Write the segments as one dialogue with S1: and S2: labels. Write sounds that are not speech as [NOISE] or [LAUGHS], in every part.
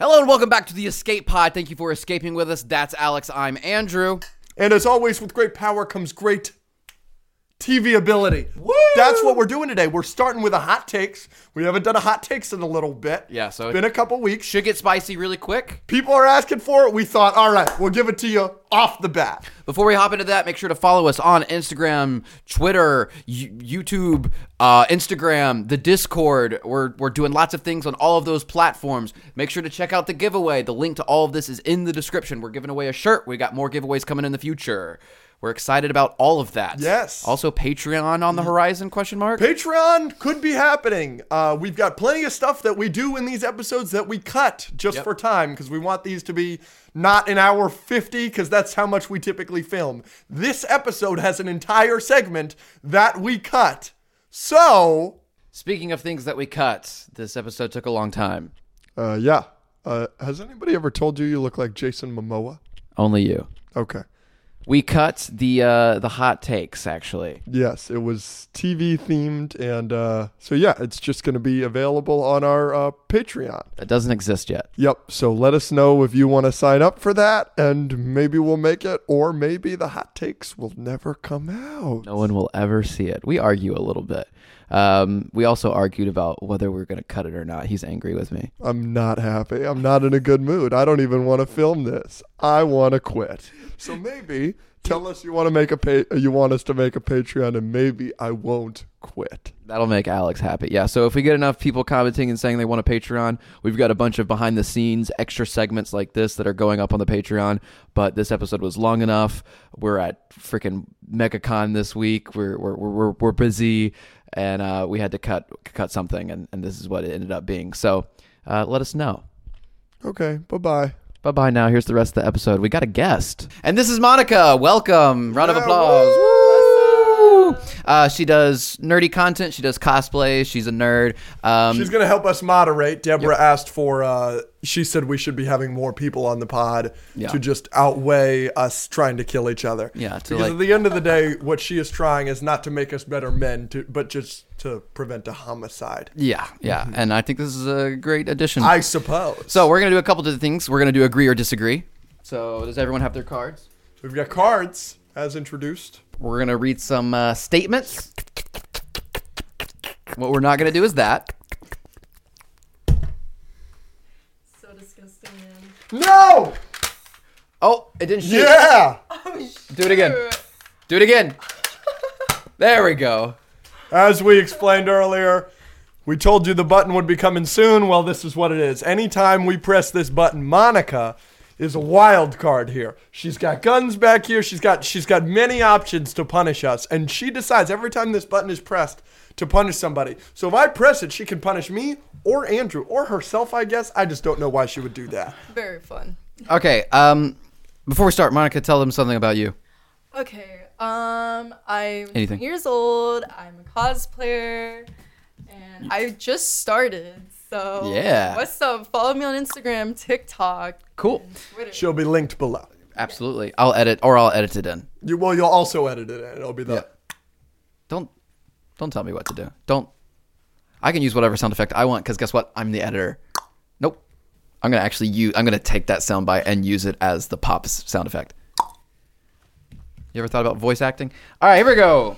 S1: Hello and welcome back to the Escape Pod. Thank you for escaping with us. That's Alex. I'm Andrew.
S2: And as always, with great power comes great TV ability.
S1: Woo!
S2: That's what we're doing today. We're starting with a hot takes. We haven't done a hot takes in a little bit.
S1: Yeah, so
S2: it's been a couple weeks.
S1: Should get spicy really quick.
S2: People are asking for it. We thought, all right, we'll give it to you off the bat.
S1: Before we hop into that, make sure to follow us on Instagram, Twitter, Y- YouTube, uh, Instagram, the Discord. We're, we're doing lots of things on all of those platforms. Make sure to check out the giveaway. The link to all of this is in the description. We're giving away a shirt. We got more giveaways coming in the future. We're excited about all of that.
S2: Yes.
S1: Also, Patreon on the horizon? Question mark.
S2: Patreon could be happening. Uh, we've got plenty of stuff that we do in these episodes that we cut just
S1: Yep.
S2: for time because we want these to be not an hour 50 because that's how much we typically film. This episode has an entire segment that we cut. So,
S1: Speaking of things that we cut, this episode took a long time.
S2: uh, yeah. Uh, has anybody ever told you you look like Jason Momoa?
S1: Only you.
S2: Okay.
S1: We cut the uh, the hot takes actually.
S2: Yes, it was TV themed. And uh, so, yeah, it's just going to be available on our uh, Patreon.
S1: That doesn't exist yet.
S2: Yep. So let us know if you want to sign up for that, and maybe we'll make it, or maybe the hot takes will never come out.
S1: No one will ever see it. We argue a little bit. Um, we also argued about whether we are going to cut it or not. He's angry with me.
S2: I'm not happy. I'm not in a good mood. I don't even want to film this. I want to quit. So maybe tell us you want to make a pa- you want us to make a Patreon, and maybe I won't quit.
S1: That'll make Alex happy. Yeah. So if we get enough people commenting and saying they want a Patreon, we've got a bunch of behind the scenes extra segments like this that are going up on the Patreon. But this episode was long enough. We're at freaking MegaCon this week. We're we're we're, we're, we're busy, and uh, we had to cut cut something, and, and this is what it ended up being. So uh, let us know.
S2: Okay. Bye bye.
S1: Bye bye. Now here's the rest of the episode. We got a guest, and this is Monica. Welcome. Round of
S2: Yeah,
S1: applause.
S2: woo!
S1: Woo! Uh, she does nerdy content. She does cosplay. She's a nerd. Um,
S2: She's going to help us moderate. Deborah asked for, uh, she said we should be having more people on the pod
S1: Yeah.
S2: to just outweigh us trying to kill each other.
S1: Yeah, to
S2: Because
S1: like-
S2: at the end of the day, what she is trying is not to make us better men, to, but just to prevent a homicide.
S1: yeah, yeah. And I think this is a great addition.
S2: Mm-hmm. I suppose.
S1: so we're gonna do a couple different things. We're gonna do agree or disagree. So does everyone have their cards?
S2: We've got cards, as introduced.
S1: We're gonna read some uh, statements. What we're not gonna do is that.
S3: So disgusting, man.
S2: No!
S1: Oh, it didn't shoot.
S2: Yeah!
S1: Do it again. Do it again. There we go.
S2: As we explained earlier, we told you the button would be coming soon. Well, this is what it is. Anytime we press this button, Monica is a wild card here. She's got guns back here. She's got she's got many options to punish us, and she decides every time this button is pressed to punish somebody. So if I press it, she can punish me or Andrew or herself, I guess. I just don't know why she would do that.
S3: Very fun.
S1: Okay. Um, before we start, Monica, tell them something about you.
S3: Okay. Um, I'm
S1: Anything.
S3: 20 years old. I'm a cosplayer, and I just started. So
S1: Yeah.
S3: What's up? Follow me on Instagram, TikTok,
S1: Cool.
S3: and Twitter.
S2: She'll be linked below.
S1: Absolutely. I'll edit, or I'll edit it in.
S2: You well, you'll also edit it and it'll be the
S1: Don't, don't tell me what to do. Don't. I can use whatever sound effect I want because guess what? I'm the editor. Nope. I'm gonna actually use. I'm gonna take that sound bite and use it as the pop s- sound effect. You ever thought about voice acting? All right, here we go.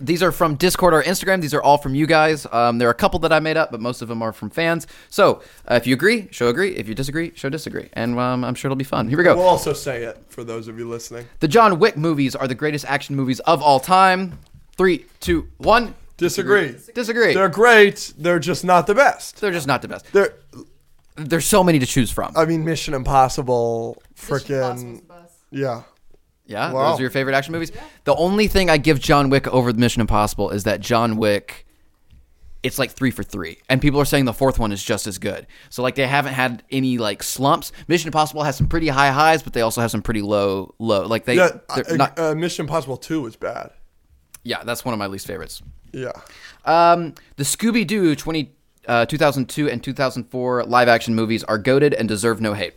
S1: These are from Discord or Instagram. These are all from you guys. Um, there are a couple that I made up, but most of them are from fans. So uh, if you agree, show agree. If you disagree, show disagree. And um, I'm sure it'll be fun. Here we go.
S2: We'll also say it for those of you listening.
S1: The John Wick movies are the greatest action movies of all time. Three, two, one.
S2: Disagree.
S1: Disagree.
S2: They're
S1: They're,
S2: great. They're just not the best.
S1: just not the best.
S2: They're,
S1: There's so many to choose from.
S2: I mean, Mission Impossible,
S3: Mission Impossible's
S2: freaking,
S3: the best.
S2: yeah.
S1: Yeah,
S2: Wow.
S1: those are your favorite action movies. The only thing I give John Wick over the Mission Impossible is that John Wick, it's like three for three, and people are saying the fourth one is just as good. So like they haven't had any like slumps. Mission Impossible has some pretty high highs, but they also have some pretty low low. Like they,
S2: Yeah,
S1: they're
S2: uh,
S1: not.
S2: uh, Mission Impossible 2 was bad.
S1: yeah, that's one of my least favorites.
S2: Yeah.
S1: Um, the Scooby Doo 20, uh, 2002 and 2004 live action movies are goaded and deserve no hate.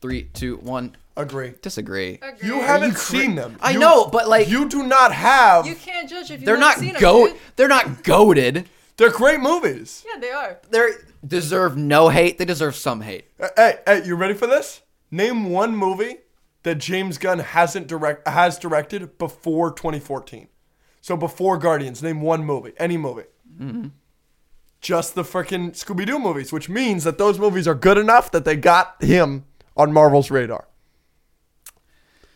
S1: Three, two, one.
S2: Agree.
S1: Disagree.
S3: Agree.
S2: You haven't seen them.
S1: I
S2: You-
S1: know, but, like-
S2: You do not have.
S3: You can't judge if you
S1: They're
S3: haven't
S1: not
S3: seen 'em,
S1: go.
S3: dude.
S1: They're not goaded.
S2: They're great movies.
S3: Yeah, they are.
S1: They deserve no hate. They deserve some hate.
S2: Uh, Hey, hey, you ready for this? Name one movie that James Gunn hasn't direct has directed before 2014. So before Guardians, name one movie, any movie.
S1: Mm-hmm.
S2: Just the freaking Scooby Doo movies, which means that those movies are good enough that they got him on Marvel's radar.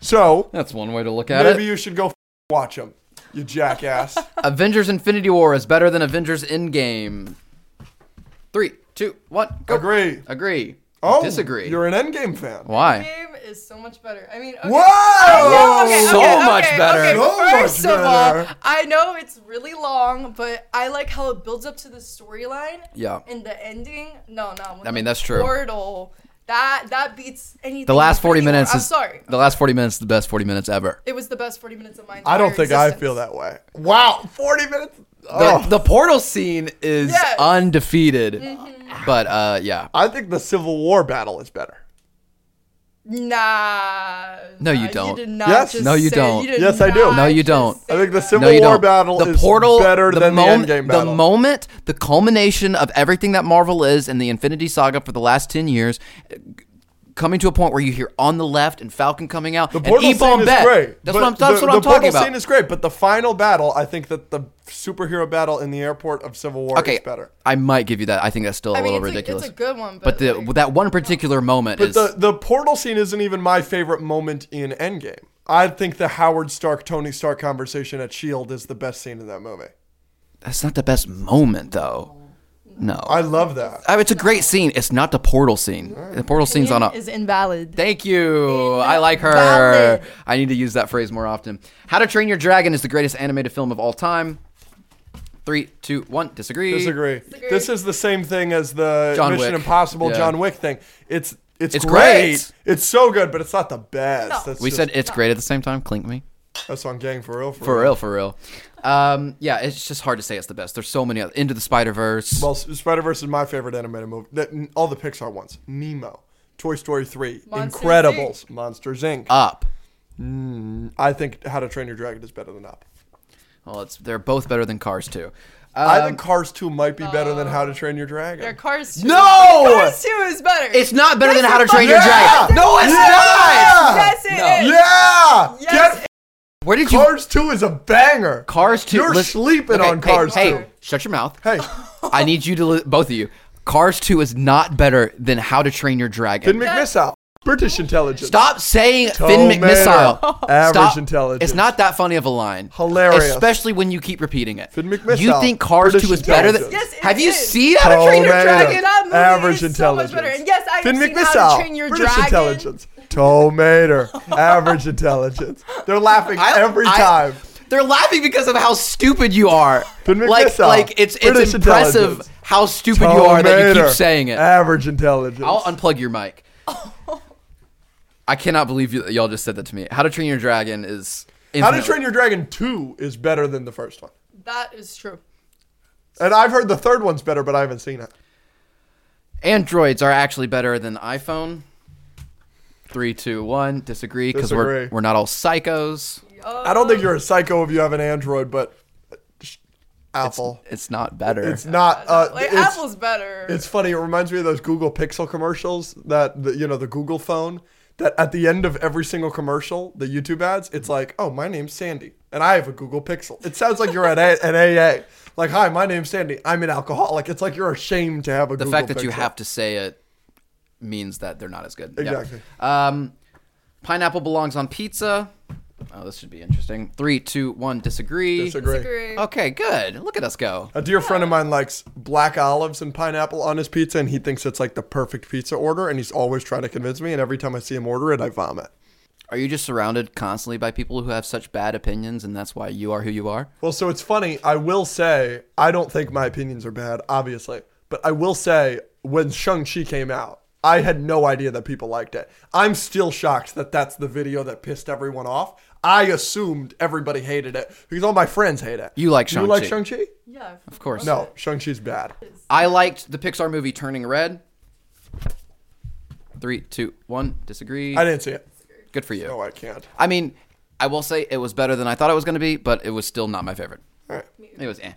S2: So
S1: That's one way to look at
S2: maybe
S1: it.
S2: you should go f- watch them, you jackass.
S1: Avengers Infinity War is better than Avengers Endgame. Three, two, one, [LAUGHS] go.
S2: Agree.
S1: Agree.
S2: Oh,
S1: Disagree.
S2: You're an Endgame fan.
S1: Why?
S3: Game is so much better. I mean, okay.
S2: Whoa!
S3: I know, Oh, okay,
S1: Oh, So
S3: okay,
S1: much
S3: okay,
S1: better.
S3: okay,
S2: So
S3: First
S2: much
S3: of
S2: better.
S3: all, I know it's really long, but I like how it builds up to the storyline.
S1: Yeah.
S3: And the ending. No, no.
S1: I mean, that's true.
S3: Portal. That that beats anything.
S1: The last 40
S3: before.
S1: minutes
S3: I'm
S1: is
S3: sorry.
S1: the last 40 minutes is the best 40 minutes ever.
S3: It was the best 40 minutes of my
S2: I don't
S3: entire
S2: think I
S3: existence.
S2: feel that way. Wow, 40 minutes.
S1: The,
S2: Oh.
S1: the portal scene is
S3: Yes. Mm-hmm.
S1: undefeated. But uh yeah.
S2: Oh, I think the Civil War battle is better.
S3: Nah.
S1: No, you
S3: nah,
S1: don't.
S3: You did not
S2: Yes.
S3: just
S1: No, you
S3: say-
S1: don't.
S3: did
S2: Yes, I do.
S3: not
S1: No, you
S3: just
S1: don't.
S2: I
S3: say
S2: think the
S3: that.
S1: No,
S2: Civil
S1: you
S2: War
S1: don't.
S2: battle
S1: the
S2: is
S1: portal,
S2: better
S1: the
S2: than
S1: moment,
S2: the Endgame
S1: the
S2: battle.
S1: moment, the culmination of everything that Marvel is in the Infinity Saga for the last ten years, uh, coming to a point where you hear on the left and Falcon coming out.
S2: the
S1: and
S2: portal
S1: E-Bomb
S2: scene is
S1: Bat.
S2: great.
S1: That's
S2: but
S1: what I'm, that's
S2: the,
S1: what I'm
S2: the
S1: talking
S2: portal
S1: about.
S2: scene is great, but the final battle, I think that the superhero battle in the airport of Civil War
S1: okay,
S2: is better.
S1: I might give you that. I think that's still a
S3: I mean,
S1: little
S3: it's a-
S1: ridiculous.
S3: it's a good one,
S1: but
S3: but,
S1: the,
S3: like-
S1: that one particular moment
S2: But
S1: is
S2: the, the portal scene isn't even my favorite moment in Endgame. I think the Howard Stark Tony Stark conversation at Shield E is the best scene in that movie.
S1: that's not the best moment though. No,
S2: I love that.
S1: I mean, it's a great scene. It's not the portal scene. The portal scene's on a.
S3: Is invalid.
S1: Thank you. I like her.
S3: Valid.
S1: I need to use that phrase more often. How to Train Your Dragon is the greatest animated film of all time. Three, two, one. Disagree.
S2: Disagree.
S3: Disagree.
S2: This is the same thing as the
S1: John
S2: Mission
S1: Wick.
S2: Impossible
S1: Yeah.
S2: John Wick thing. It's it's,
S1: It's
S2: great.
S1: great.
S2: It's so good, but it's not the best.
S3: No.
S2: That's
S1: We
S2: just-
S1: said it's great at the same time. Clink me.
S2: that's on gang for real. For,
S1: For real, for real. Um, yeah, it's just hard to say it's the best. There's so many. Other, Into the Spider Verse.
S2: Well, Spider Verse is my favorite animated movie. That, n- all the Pixar ones. Nemo, Toy Story Three,
S3: Monsters,
S2: Incredibles, Monsters Inc.
S1: up.
S2: I think How to Train Your Dragon is better than Up.
S1: Well, it's they're both better than Cars too.
S2: I
S1: Um,
S2: think Cars Two might be better than How to Train Your
S3: Their
S2: Dragon.
S3: cars. Two.
S1: No!
S3: Cars two is better.
S1: it's not better than
S3: Yes,
S1: How to
S3: it's
S1: Train
S3: fucking
S1: Your
S2: Yeah!
S1: Dragon. No, it's
S2: Yeah!
S1: not.
S3: Yes, it is.
S1: No.
S2: Yeah,
S3: Yes,
S2: Get,
S1: Where did you?
S2: Cars Two is a banger.
S1: Cars two.
S2: You're
S1: Lis-
S2: sleeping
S1: Okay,
S2: on Cars
S1: hey,
S2: Two.
S1: Hey, shut your mouth.
S3: [LAUGHS]
S2: Hey,
S1: I need you to li- both of you. Cars 2 is not better than How to Train Your Dragon.
S2: Finn McMissile, British intelligence.
S1: Stop saying
S2: Tomato.
S1: Finn McMissile.
S2: Average
S1: Stop.
S2: intelligence.
S1: It's not that funny of a line.
S2: Hilarious.
S1: Especially when you keep repeating it.
S2: Finn McMissile.
S1: You think Cars
S2: British
S1: 2 is better than
S2: intelligence.
S3: Yes, it
S1: Have you
S3: is.
S1: seen How to Train Your
S2: Tomato.
S1: Dragon?
S3: That movie
S2: Average
S3: is so much
S2: intelligence.
S3: better. And yes, I have
S2: Finn
S3: seen
S2: McMissile.
S3: How to Train Your
S2: British
S3: Dragon.
S2: intelligence.
S3: [LAUGHS]
S2: Tomato. Average intelligence. They're laughing
S1: I-
S2: every
S1: I-
S2: time.
S1: They're laughing because of how stupid you are.
S2: Finn
S1: like,
S2: McMissile.
S1: like it's it's
S2: British
S1: impressive
S2: intelligence.
S1: how stupid you are that you
S2: Tomato.
S1: keep saying it.
S2: Average intelligence.
S1: I'll unplug your mic.
S3: [LAUGHS]
S1: I cannot believe you, y'all just said that to me. How to Train Your Dragon is.
S2: How to
S1: infinitely-
S2: Train Your Dragon 2 is better than the first one.
S3: That is true.
S2: And I've heard the third one's better, but I haven't seen it.
S1: Androids are actually better than iPhone. Three, two, one. Disagree because we're
S2: Disagree.
S1: we're not all psychos.
S3: Oh,
S2: I don't think you're a psycho if you have an Android, but sh- Apple.
S1: It's not better.
S2: It's, not. Uh,
S3: like
S2: it's-
S3: Apple's better.
S2: It's funny. It reminds me of those Google Pixel commercials that the, you know the Google phone. That at the end of every single commercial, the YouTube ads, it's like, "Oh, my name's Sandy, and I have a Google Pixel." It sounds like you're at a- an AA. Like, "Hi, my name's Sandy. I'm an alcoholic." It's like you're ashamed to have a
S1: the
S2: Google
S1: fact that you
S2: Pixel.
S1: have to say it means that they're not as good. Yeah.
S2: Exactly.
S1: Um, pineapple belongs on pizza. Oh, this should be interesting. Three, two, one. Disagree.
S2: Disagree.
S3: Disagree.
S1: Okay, good. Look at us go.
S2: A dear friend of mine likes black olives and pineapple on his pizza, and he thinks it's like the perfect pizza order. And he's always trying to convince me. And every time I see him order it, I vomit.
S1: Are you just surrounded constantly by people who have such bad opinions, and that's why you are who you are?
S2: Well, so it's funny. I will say, I don't think my opinions are bad, obviously. But I will say, when Shang-Chi came out, I had no idea that people liked it. I'm still shocked that that's the video that pissed everyone off. I assumed everybody hated it because all my friends hate it.
S1: You like
S2: You like
S1: Shang-Chi?
S2: Shang-Chi?
S3: yeah. Of
S1: course.
S2: No, Shang-Chi's bad.
S1: I liked the Pixar movie Turning Red. Three, two, one. Disagree.
S2: I didn't see it.
S1: Good for you.
S2: No, I can't.
S1: I mean, I will say it was better than I thought it was going to be, but it was still not my favorite.
S2: All right.
S1: It was eh.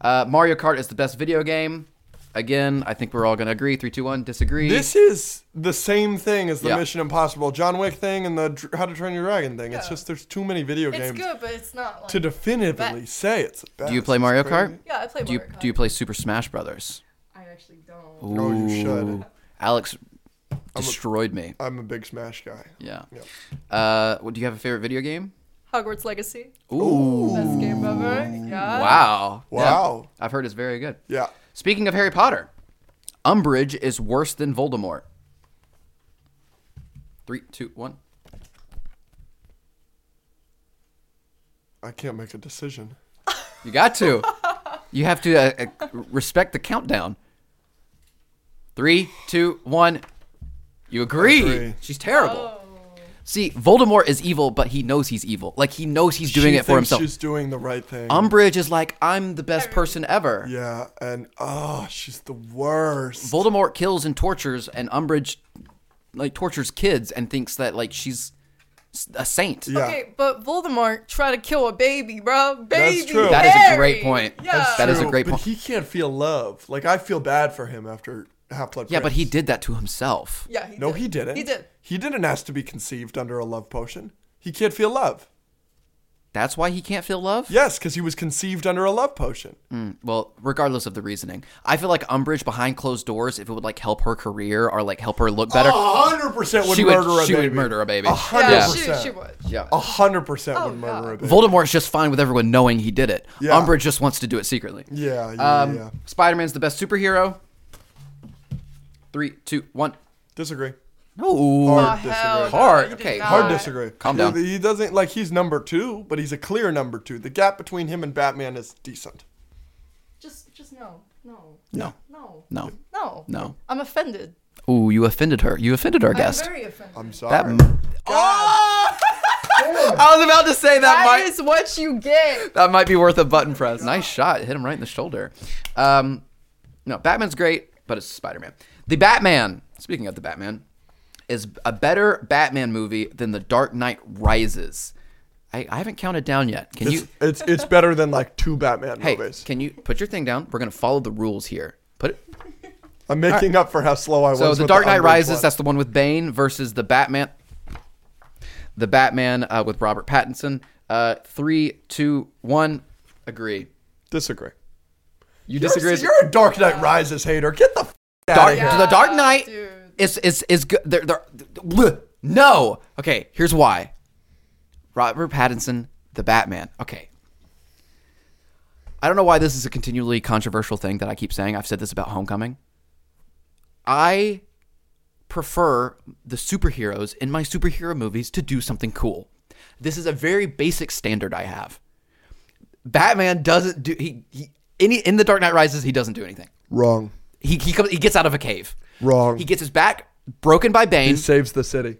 S1: Uh, Mario Kart is the best video game. Again, I think we're all gonna agree. Three, two, one. Disagree.
S2: This is the same thing as the
S1: Yeah.
S2: Mission Impossible, John Wick thing, and the Dr- How to Train Your Dragon thing. It's
S3: Yeah.
S2: just there's too many video
S3: It's
S2: games
S3: good, but it's not like.
S2: to definitively
S3: Best.
S2: say it's. the Best.
S1: do you play Mario
S2: It's crazy.
S1: Kart?
S3: yeah, I play
S1: Do you
S3: Mario Kart.
S1: do you play Super Smash Brothers?
S3: I actually don't.
S2: Oh, you should.
S1: Ooh. Alex destroyed me.
S2: I'm a big Smash guy.
S1: Yeah.
S2: Yep.
S1: Uh, what- do you have a favorite video game?
S3: Hogwarts Legacy.
S1: Ooh.
S3: Best game ever. Yeah.
S1: Wow. Yeah.
S2: Wow.
S1: I've heard it's very good.
S2: Yeah.
S1: Speaking of Harry Potter, Umbridge is worse than Voldemort. Three, two, one.
S2: I can't make a decision.
S1: You got to. you have to uh, uh, respect the countdown. Three, two, one. You agree.
S2: agree.
S1: She's terrible.
S3: Oh.
S1: See, Voldemort is evil, but he knows he's evil. Like he knows he's doing
S2: She
S1: it for
S2: thinks
S1: himself.
S2: She's doing the right thing.
S1: Umbridge is like, I'm the best person ever.
S2: yeah, and oh, she's the worst.
S1: Voldemort kills and tortures, and Umbridge like tortures kids and thinks that like she's s- a saint.
S2: Yeah.
S3: Okay, but Voldemort tried to kill a baby, bro. Baby.
S2: true.
S1: That is a
S3: Harry.
S1: great point.
S3: Yeah.
S1: That's That is a
S2: True,
S1: great
S2: but
S1: point.
S2: He can't feel love. Like I feel bad for him after Half Blood.
S1: Yeah, but he did that to himself.
S3: Yeah. He
S2: No,
S3: did.
S2: he didn't.
S3: He did.
S2: He didn't ask to be conceived under a love potion. He can't feel love.
S1: That's why he can't feel love?
S2: Yes, because he was conceived under a love potion.
S1: Mm, well, regardless of the reasoning, I feel like Umbridge behind closed doors, if it would like help her career or like help her look better,
S2: A hundred percent would
S1: she
S2: murder
S1: would
S2: a
S1: she
S2: baby.
S1: would murder a baby.
S2: A
S3: Yeah,
S2: hundred
S3: She, she
S2: percent.
S3: would.
S1: Yeah.
S2: A hundred percent
S3: Oh,
S2: would murder a
S3: God.
S2: baby.
S1: Voldemort's just fine with everyone knowing he did it.
S2: Yeah.
S1: Umbridge just wants to do it secretly.
S2: yeah, yeah,
S1: Um,
S2: yeah.
S1: Spider-Man's the best superhero. Three, two, one.
S2: Disagree.
S1: No.
S3: Oh,
S2: Hard
S3: hell
S2: disagree.
S3: no,
S1: Hard,
S3: you did
S1: okay,
S3: not.
S2: Hard disagree.
S1: Calm down.
S2: He, he doesn't like he's number two, but he's a clear number two. The gap between him and Batman is decent.
S3: Just, just no, no,
S1: No.
S3: no,
S1: No.
S3: no,
S1: No.
S3: I'm offended.
S1: Ooh, you offended her. You offended our
S3: I'm
S1: guest.
S3: very offended.
S2: I'm
S1: That.
S2: sorry.
S1: Oh! [LAUGHS] I was about to say that,
S3: That
S1: might
S3: is what you get.
S1: that might be worth a button press. Oh Nice shot. Hit him right in the shoulder. Um, no, Batman's great, but it's Spider Man. The Batman, speaking of the Batman, is a better Batman movie than The Dark Knight Rises. I, I haven't counted down yet. Can
S2: It's,
S1: you?
S2: it's it's better than like two Batman
S1: Hey,
S2: movies.
S1: can you put your thing down? We're gonna follow the rules here. Put it.
S2: I'm making up for how slow I
S1: So
S2: was.
S1: the
S2: with
S1: Dark Knight
S2: Umbridge
S1: Rises.
S2: one.
S1: That's the one with Bane versus the Batman. The Batman uh, with Robert Pattinson. Uh, three, two, one. Agree.
S2: disagree.
S1: You
S2: You're,
S1: disagree?
S2: you're a Dark Knight Rises hater. Get the f- out
S1: Dark,
S2: of here.
S1: The Dark Knight
S3: dude.
S1: is is is good. They're, they're, bleh. no. Okay, here's why. Robert Pattinson, the Batman. Okay. I don't know why this is a continually controversial thing that I keep saying. I've said this about Homecoming. I prefer the superheroes in my superhero movies to do something cool. This is a very basic standard I have. Batman doesn't do he, he any in the Dark Knight Rises he doesn't do anything.
S2: Wrong.
S1: He he comes he gets out of a cave.
S2: Wrong.
S1: He gets his back broken by Bane.
S2: He saves the city.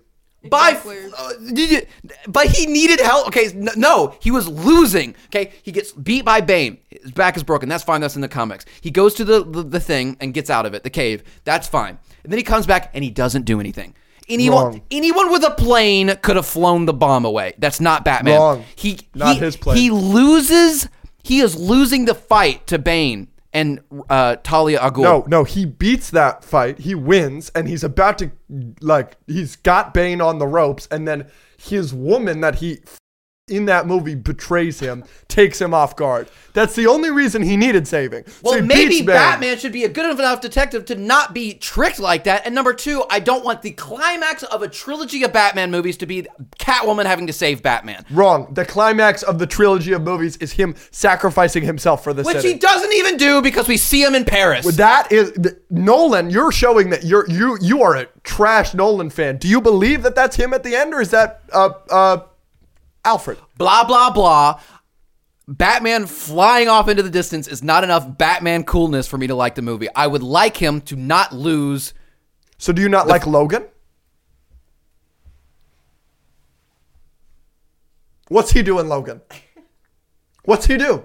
S1: By
S3: Exactly.
S1: uh, did you- but he needed help. Okay, n- no, he was losing. Okay, he gets beat by Bane. His back is broken. That's fine. That's in the comics. He goes to the the, the thing and gets out of it, the cave. That's fine. And then he comes back and he doesn't do anything. Anyone
S2: Wrong.
S1: anyone with a plane could have flown the bomb away. That's not Batman.
S2: Wrong.
S1: He
S2: Not
S1: he-
S2: his plane.
S1: He loses. He is losing the fight to Bane and uh, Talia Agul.
S2: No, no, he beats that fight. He wins, and he's about to like he's got Bane on the ropes, and then his woman that he f- in that movie betrays him, takes him off guard. That's the only reason he needed saving. So
S1: Well,
S2: he
S1: maybe
S2: beats Bane.
S1: Batman should be a good enough detective to not be tricked like that. And number two, I don't want the climax of a trilogy of Batman movies to be Catwoman having to save Batman,
S2: Wrong. The climax of the trilogy of movies is him sacrificing himself for the
S1: which
S2: city.
S1: he doesn't even do because we see him in Paris.
S2: That is th- Nolan. You're showing that you're you you are a trash Nolan fan. Do you believe that that's him at the end, or is that uh uh Alfred?
S1: blah blah blah. Batman flying off into the distance is not enough Batman coolness for me to like the movie. I would like him to not lose.
S2: So do you not like Logan? What's he doing, Logan? What's he do?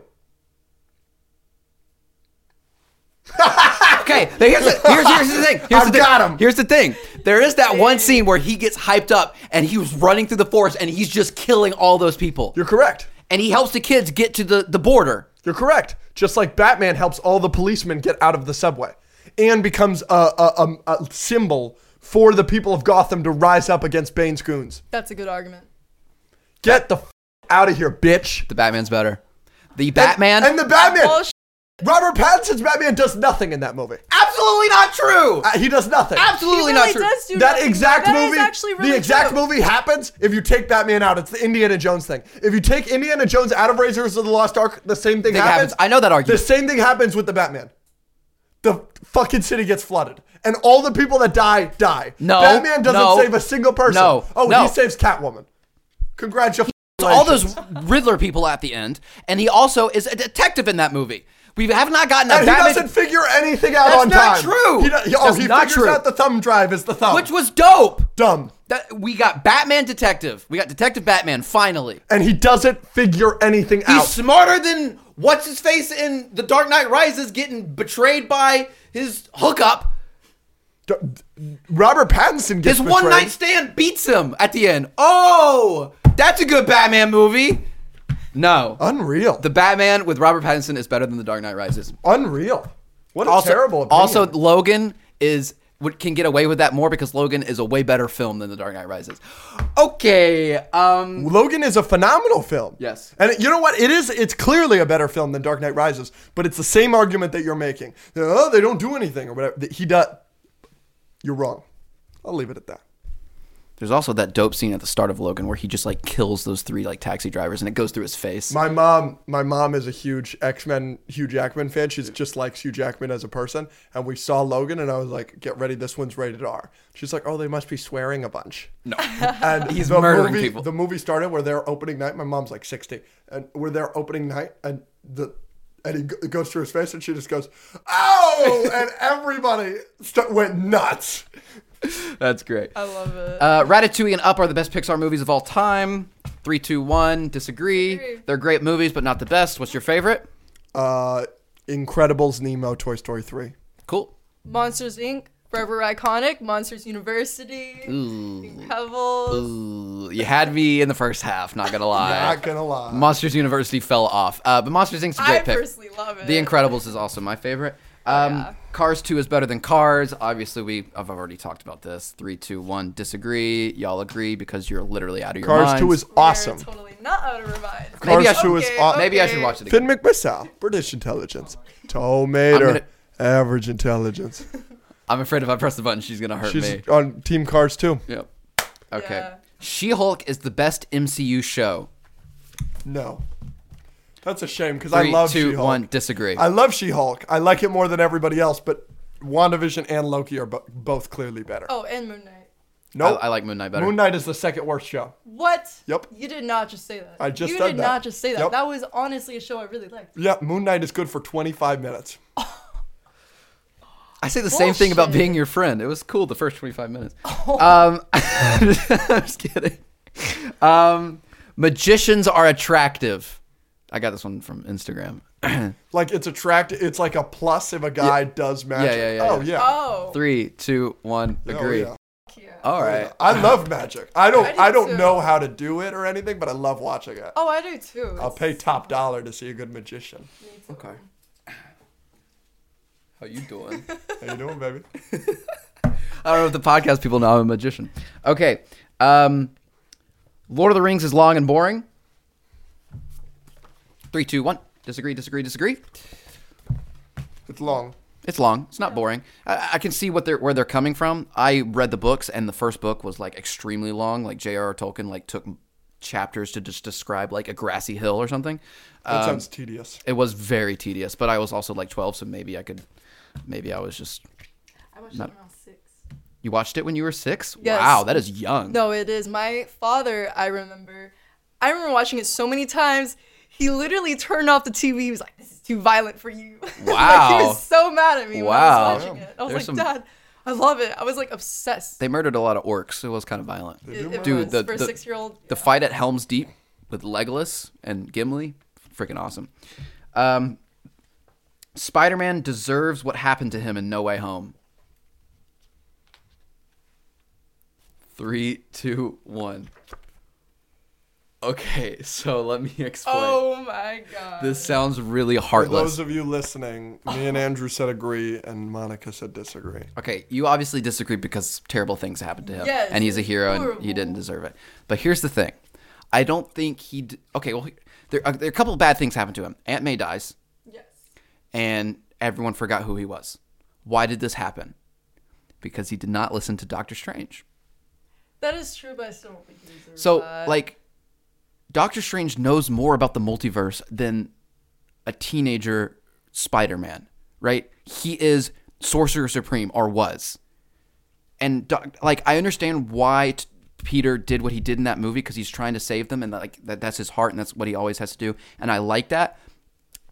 S1: Okay, now here's the, here's, here's the thing. Here's the
S2: I've
S1: thing.
S2: got him.
S1: Here's the thing. There is that one scene where he gets hyped up and he was running through the forest and he's just killing all those people.
S2: You're correct.
S1: and he helps the kids get to the, the border.
S2: You're correct. Just like Batman helps all the policemen get out of the subway and becomes a, a, a, a symbol for the people of Gotham to rise up against Bane's goons.
S3: That's a good argument.
S2: Get the f- out of here, bitch.
S1: The Batman's better. The Batman.
S2: And the Batman.
S3: Oh, sh-
S2: Robert Pattinson's Batman does nothing in that movie.
S1: absolutely not true.
S2: Uh, he does nothing.
S1: absolutely
S3: He
S1: not
S3: really
S1: true.
S3: does do
S2: that
S3: nothing.
S2: exact
S3: That is
S2: movie
S3: actually really
S2: the exact
S3: true.
S2: movie happens if you take batman out it's the indiana jones thing if you take indiana jones out of razors of the lost ark the same thing
S1: Thing
S2: happens.
S1: happens. I know that
S2: the
S1: argument.
S2: same thing happens with the batman the fucking city gets flooded and all the people that die die
S1: No,
S2: batman doesn't
S1: no,
S2: save a single person
S1: no,
S2: oh
S1: no.
S2: he saves catwoman congratulations
S1: So all those Riddler people at the end, and he also is a detective in that movie. We have not gotten a
S2: and he
S1: Batman,
S2: doesn't figure anything out
S1: That's
S2: on
S1: not
S2: time.
S1: true.
S2: He, do- he- oh,
S1: That's
S2: he
S1: not
S2: figures
S1: true.
S2: out the thumb drive is the thumb.
S1: which was dope.
S2: dumb.
S1: That we got Batman detective. We got Detective Batman finally.
S2: And he doesn't figure anything
S1: He's
S2: out.
S1: smarter than what's his face in The Dark Knight Rises getting betrayed by his hookup.
S2: D- Robert Pattinson gets
S1: His one
S2: betrayed.
S1: night stand beats him at the end. Oh, that's a good Batman movie. No,
S2: Unreal.
S1: the Batman with Robert Pattinson is better than The Dark Knight Rises.
S2: Unreal. What a
S1: also,
S2: terrible opinion.
S1: Also, Logan is would- can get away with that more because Logan is a way better film than The Dark Knight Rises. Okay, um,
S2: Logan is a phenomenal film.
S1: Yes.
S2: And it- you know what? It is. It's clearly a better film than Dark Knight Rises, but it's the same argument that you're making. Oh, they don't do anything or whatever. That He does. You're wrong. I'll leave it at that.
S1: there's also that dope scene at the start of Logan where he just like kills those three like taxi drivers and it goes through his face.
S2: My mom, my mom is a huge X Men Hugh Jackman fan. She's just likes Hugh Jackman as a person. And we saw Logan, and I was like, "Get ready, this one's rated R." She's like, "Oh, they must be swearing a bunch." No, [LAUGHS] and
S1: He's
S2: the
S1: murdering
S2: movie,
S1: people.
S2: The movie started where their opening night. My mom's like sixty, and we're there opening night, and the and he g- it goes through his face, and she just goes,
S1: [LAUGHS]
S2: "Oh!" and everybody st- went nuts.
S1: That's great.
S3: I love it.
S1: Uh, Ratatouille and Up are the best Pixar movies of all time. Three, two, one. Disagree.
S3: Disagree.
S1: They're great movies, but not the best. What's your favorite?
S2: Uh, Incredibles, Nemo, Toy Story three.
S1: Cool.
S3: Monsters Inc. Forever Iconic. Monsters University. Incredibles.
S1: Ooh, you had me in the first half. Not gonna lie.
S2: Not gonna lie.
S1: Monsters University fell off, uh, but Monsters Inc.'s a
S3: I
S1: great pick.
S3: personally love it.
S1: The Incredibles is also my favorite. Um,
S3: Yeah.
S1: Cars 2 is better than Cars. Obviously, we I've already talked about this. Three, two, one. Disagree. Y'all agree because you're literally out of your
S2: Cars two
S1: minds.
S2: is awesome.
S3: We're totally not out of our minds.
S1: Maybe I
S2: Cars 2 is
S1: should-
S2: aw-
S1: Maybe I should watch it again.
S2: Finn McMissile, British intelligence. Tomato,
S1: I'm gonna-
S2: average intelligence.
S1: I'm afraid if I press the button, she's gonna hurt
S2: She's
S1: me.
S2: on Team Cars too.
S1: Yep. Okay.
S3: Yeah.
S1: She-Hulk is the best MCU show.
S2: No, that's a shame because I
S1: Three, two, one.
S2: love She-Hulk.
S1: Disagree.
S2: I love She-Hulk. I like it more than everybody else, but WandaVision and Loki are bo- both clearly better.
S3: Oh, and Moon Knight.
S2: no,
S1: I, I like Moon Knight better.
S2: Moon Knight is the second worst show.
S3: What?
S2: Yep.
S3: You did not just say that.
S2: I just
S3: You
S2: said
S3: did
S2: that.
S3: not just say that.
S2: Yep.
S3: That was honestly a show I really liked.
S2: Yeah, Moon Knight is good for 25 minutes.
S1: I say the same thing about
S3: Bullshit. Oh.
S1: being your friend. It was cool the first 25
S3: [LAUGHS]
S1: minutes. Um, [LAUGHS] I'm just kidding. Um, magicians are attractive. I got this one from Instagram. [CLEARS THROAT]
S2: Like it's attractive. It's like a plus if a guy does magic.
S1: yeah, yeah,
S2: oh
S1: yeah.
S2: yeah.
S3: Oh.
S1: Three, two, one.
S2: Oh,
S1: Agree.
S2: yeah.
S3: Fuck yeah.
S1: All right.
S2: I love magic. I don't.
S3: I do
S2: I, don't
S3: too.
S2: know how to do it or anything, but I love watching it.
S3: Oh, I do too.
S2: I'll pay top dollar to see a good magician.
S1: Okay. How you
S3: [LAUGHS]
S1: doing?
S2: How you doing, baby?
S1: I don't know if the podcast people know I'm a magician. Okay. Um, Lord of the Rings is long and boring. Three, two, one. Disagree, disagree, disagree.
S2: It's long.
S1: It's long. It's not boring. I, I can see what they're where they're coming from. I read the books, and the first book was like extremely long. Like J.R.R. Tolkien like took chapters to just describe like a grassy hill or something.
S2: That
S1: Um,
S2: sounds tedious.
S1: it was very tedious, but I was also like 12, so maybe I could. Maybe I was just.
S3: I watched it when I was six.
S1: You watched it when you were six.
S3: Yes.
S1: Wow, that is young.
S3: No, it is. My father, I remember. I remember watching it so many times. He literally turned off the TV. He was like, this is too violent for you. [LAUGHS] like, he
S1: Wow.
S3: was so mad at me
S1: Wow.
S3: when I was watching it. I was
S1: There's
S3: like,
S1: some-
S3: Dad, I love it. I was like obsessed.
S1: They murdered a lot of orcs. It was kind of violent.
S3: It- it
S1: Dude,
S3: was
S1: the,
S3: for a
S1: the-
S3: six-year-old.
S1: the fight at Helm's Deep with Legolas and Gimli, freaking awesome. Um, Spider-Man deserves what happened to him in No Way Home. Three, two, one. Okay, so let me explain.
S3: Oh my god.
S1: This sounds really
S2: For
S1: heartless.
S2: those of you listening, me and Andrew said agree, and Monica said disagree.
S1: Okay, you obviously disagree because terrible things happened to him,
S3: Yes,
S1: and he's a hero, and
S3: horrible.
S1: he didn't deserve it. But here's the thing: I don't think he. D- okay, well, there are, there are a couple of bad things happened to him. Aunt May dies,
S3: Yes.
S1: and everyone forgot who he was. Why did this happen? Because he did not listen to Doctor Strange.
S3: That is true, but I still don't think he deserves
S1: So,
S3: that.
S1: like, Doctor Strange knows more about the multiverse than a teenager Spider Man, right? He is Sorcerer Supreme, or was. And, doc- like, I understand why t- Peter did what he did in that movie because he's trying to save them, and, like, that, that's his heart, and that's what he always has to do. And I like that.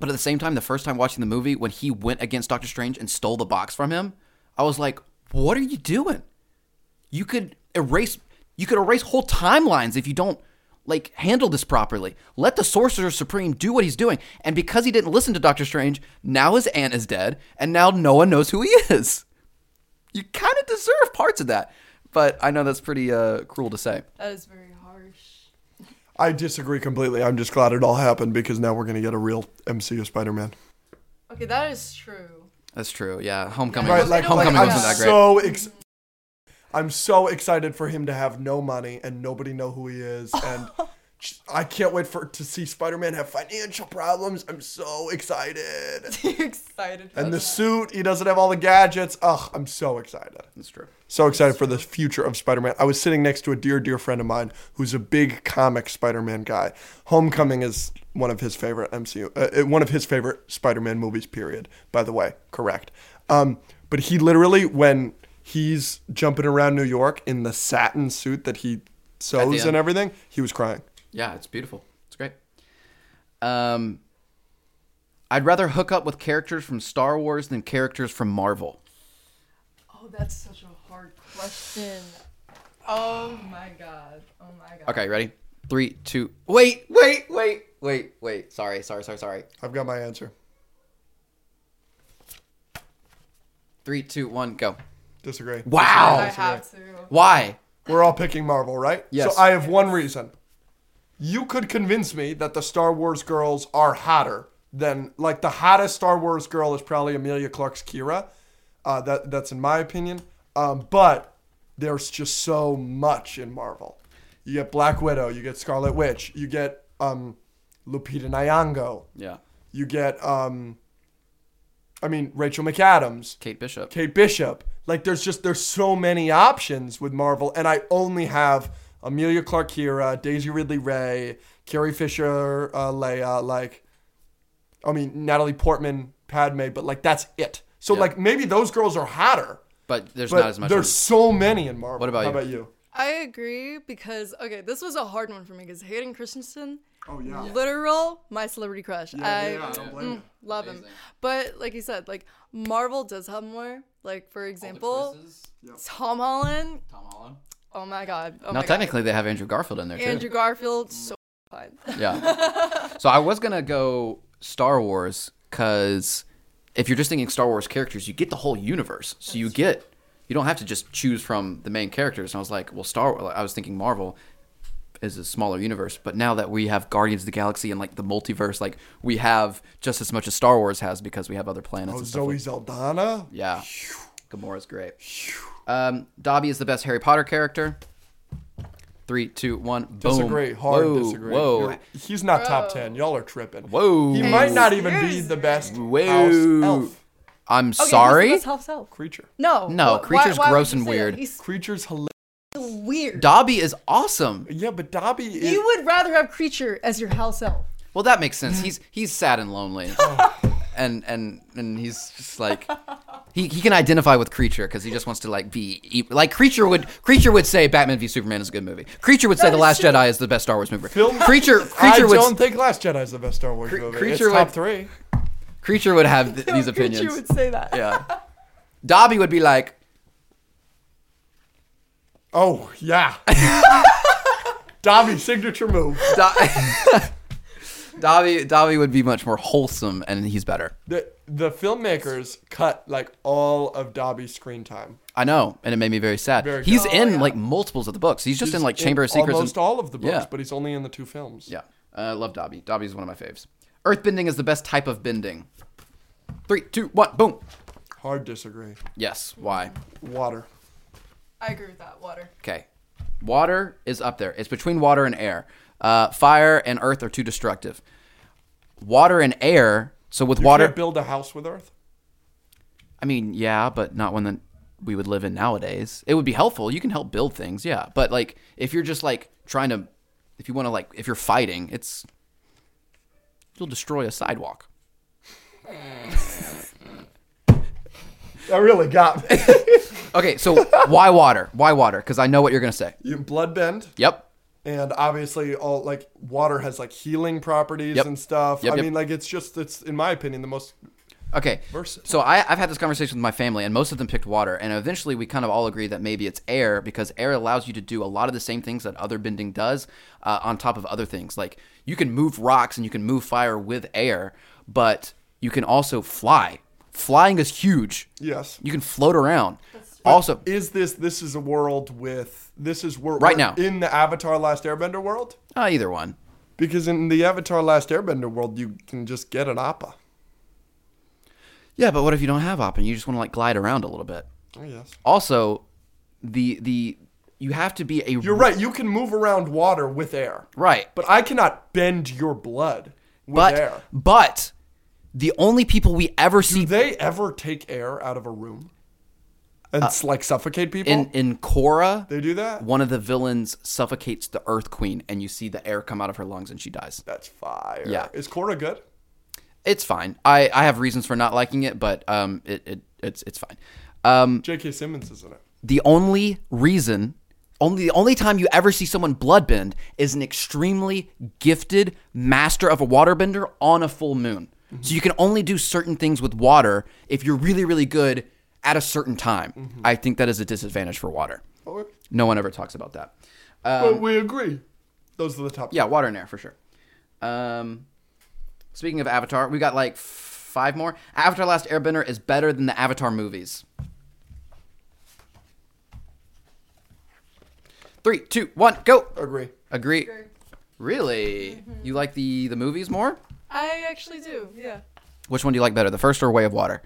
S1: But at the same time, the first time watching the movie, when he went against Doctor Strange and stole the box from him, I was like, what are you doing? you could erase you could erase whole timelines if you don't like handle this properly let the sorcerer supreme do what he's doing and because he didn't listen to doctor strange now his aunt is dead and now no one knows who he [LAUGHS] is you kind of deserve parts of that but i know that's pretty uh, cruel to say
S3: that is very harsh.
S2: I disagree completely. I'm just glad it all happened because now we're gonna get a real MCU Spider-Man.
S3: Okay, that is true. [LAUGHS]
S1: that's true yeah homecoming
S3: Right,
S1: was-
S3: like-
S1: homecoming
S3: like,
S1: wasn't
S2: I'm
S1: that great
S2: So ex- I'm so excited for him to have no money and nobody know who he is, and j- I can't wait for to see Spider-Man have financial problems. I'm so excited.
S3: You're excited for
S2: And the
S3: that.
S2: suit, he doesn't have all the gadgets. Ugh, I'm so excited.
S1: that's true
S2: So excited for the future of Spider Man. I was sitting next to a dear, dear friend of mine who's a big comic Spider Man guy. Homecoming is one of his favorite MCU, uh, uh, one of his favorite Spider Man movies, period, by the way. Correct. Um, but he literally, when he's jumping around New York in the satin suit that he sews
S1: end.
S2: and everything, he was crying.
S1: Yeah, it's beautiful. It's great. Um, I'd rather hook up with characters from Star Wars than characters from Marvel.
S3: Oh, that's such a hard question. Oh my god. Oh my god.
S1: Okay, ready? Three, two. Wait, wait, wait, wait, wait. Sorry, sorry, sorry, sorry.
S2: I've got my answer
S1: Three, two, one, go.
S2: disagree.
S3: I
S1: Wow.
S3: have to.
S1: Why?
S2: We're all picking Marvel, right?
S1: Yes.
S2: So I have one reason. You could convince me that the Star Wars girls are hotter than like the hottest Star Wars girl is probably Amelia Clark's Kira. Uh, that that's in my opinion. Um, but there's just so much in Marvel. You get Black Widow, you get Scarlet Witch, you get um, Lupita Nyong'o,
S1: Yeah.
S2: you get um, I mean Rachel McAdams.
S1: Kate Bishop.
S2: Kate Bishop. Like there's just there's so many options with Marvel, and I only have Amelia Clark Kira, Daisy Ridley Ray, Carrie Fisher, uh, Leia. Like, I mean Natalie Portman, Padme, but like that's it. So
S1: Yeah.
S2: like maybe those girls are hotter,
S1: But there's
S2: but
S1: not as much.
S2: there's so many in Marvel.
S1: What about
S2: How
S1: you?
S2: about you?
S3: I agree because okay, this was a hard one for me because Hayden Christensen,
S2: Oh yeah.
S3: literal my celebrity crush. I mm,
S2: blame you.
S3: love him.
S1: Amazing.
S3: But like you said, like Marvel does have more. Like for example, Tom Holland. Oh my god. Oh
S1: Now,
S3: my God.
S1: technically, they have Andrew Garfield in there, too. Mm.
S3: Andrew Garfield, so
S1: [LAUGHS]
S3: fun.
S1: Yeah.
S2: [LAUGHS]
S1: so I was gonna go Star Wars because if you're just thinking Star Wars characters, you get the whole universe. So you get you don't have to just choose from the main characters. And I was like, well, Star. I was thinking Marvel is a smaller universe, but now that we have Guardians of the Galaxy and like the multiverse, like we have just as much as Star Wars has because we have other planets.
S2: Oh
S1: and stuff like
S2: Zoe Zeldana.
S1: yeah. Gamora's great. Um, Dobby is the best Harry Potter character. Three, two, one, boom.
S2: Disagree. Hard
S1: whoa,
S2: disagree.
S1: Whoa.
S2: You're- he's not top
S3: Bro.
S2: ten. Y'all are tripping.
S1: Whoa.
S2: He might not even be
S3: Excuse
S2: the best
S1: Whoa.
S2: house elf
S1: I'm
S3: Okay,
S1: sorry.
S3: who's the best self?
S2: creature.
S3: No.
S1: No,
S3: wh- why-
S1: Creature's
S3: why would
S1: gross
S3: you
S1: and
S3: say that?
S1: weird.
S3: He's
S2: Creature's hilarious.
S3: weird.
S1: Dobby is awesome.
S2: Yeah, but Dobby is.
S3: You would rather have creature as your house elf.
S1: Well, that makes sense. He's he's sad and
S3: [LAUGHS]
S1: lonely, and and and he's just like he, he can identify with creature because he just wants to like be e- like creature would creature would say Batman v Superman is a good movie. Creature would say
S3: That
S1: The
S3: is
S1: Last
S3: true.
S1: Jedi is the best Star Wars movie.
S2: Film-
S1: creature
S2: I
S1: creature would
S2: don't think Last Jedi is the best Star Wars movie.
S1: creature
S2: it's top
S1: would-
S2: three.
S1: creature would
S2: [LAUGHS]
S1: have th- these
S3: Creature
S1: opinions.
S3: would say that.
S1: yeah, Dobby would be like
S2: Oh yeah. [LAUGHS] Dobby signature move.
S1: Do- [LAUGHS] Dobby Dobby would be much more wholesome, and he's better.
S2: The the filmmakers cut like all of Dobby's screen time.
S1: I know, and it made me very sad.
S2: Very
S1: he's
S3: good.
S1: in
S3: Oh, yeah.
S1: like multiples of the books. He's just in like Chamber of Secrets.
S2: Almost
S1: and,
S2: all of the books,
S1: Yeah.
S2: but he's only in the two films.
S1: yeah, Uh, I love Dobby. Dobby is one of my faves. Earthbending is the best type of bending. Three, two, one, boom.
S2: Hard disagree.
S1: Yes. Why?
S2: Water.
S3: I agree with that. Water.
S1: Okay. Water is up there. It's between water and air. Uh, fire and earth are too destructive. Water and air. So with
S2: You
S1: water,
S2: can't build a house with earth.
S1: I mean, yeah, but not one that we would live in nowadays. It would be helpful. You can help build things, yeah. But like, if you're just like trying to, if you want to like, if you're fighting, it's you'll destroy a sidewalk.
S2: That really got me.
S1: Okay, so [LAUGHS] why water? Why water? Because I know what you're gonna say.
S2: [LAUGHS] you bloodbend.
S1: Yep.
S2: and obviously all like water has like healing properties
S1: Yep.
S2: and stuff.
S1: Yep,
S2: I
S1: yep.
S2: mean, like it's just it's in my opinion the most.
S1: Okay.
S2: Versus.
S1: So I, I've had this conversation with my family, and most of them picked water. And eventually, we kind of all agree that maybe it's air because air allows you to do a lot of the same things that other bending does, uh, on top of other things. Like you can move rocks and you can move fire with air, but you can also fly. Flying is huge.
S2: Yes.
S1: You can float around. Also,
S2: Is this this is a world with this is we're,
S1: Right
S2: we're
S1: now.
S2: in the Avatar Last Airbender world
S1: uh, either one.
S2: because in the Avatar Last Airbender world you can just get an appa.
S1: Yeah, but what if you don't have op and you just want to like glide around a little bit?
S2: Oh yes.
S1: Also, the the you have to be a
S2: You're right. You can move around water with air.
S1: right.
S2: But I cannot bend your blood with
S1: But
S2: air.
S1: but the only people we ever see
S2: Do they ever take air out of a room and s like suffocate people?
S1: Uh, in in Korra,
S2: they do that.
S1: one of the villains suffocates the Earth Queen, and you see the air come out of her lungs, and she dies.
S2: That's fire.
S1: Yeah.
S2: Is Korra good?
S1: It's fine. I I have reasons for not liking it, but um, it, it it's it's fine. Um,
S2: J.K. Simmons is in it.
S1: the only reason. Only the only time you ever see someone bloodbend is an extremely gifted master of a waterbender on a full moon. So you can only do certain things with water if you're really really good at a certain time. I think that is a disadvantage for water. No one ever talks about that.
S2: Well, we agree. Those are the top.
S1: Yeah, water and air for sure. Um, speaking of Avatar, we got like f- five more. Avatar: Last Airbender is better than the Avatar movies. Three, two, one, go.
S2: Agree.
S1: Agree.
S3: Agree.
S1: Really? You like the the movies more?
S3: I actually do. Yeah.
S1: Which one do you like better, the first or Way of Water?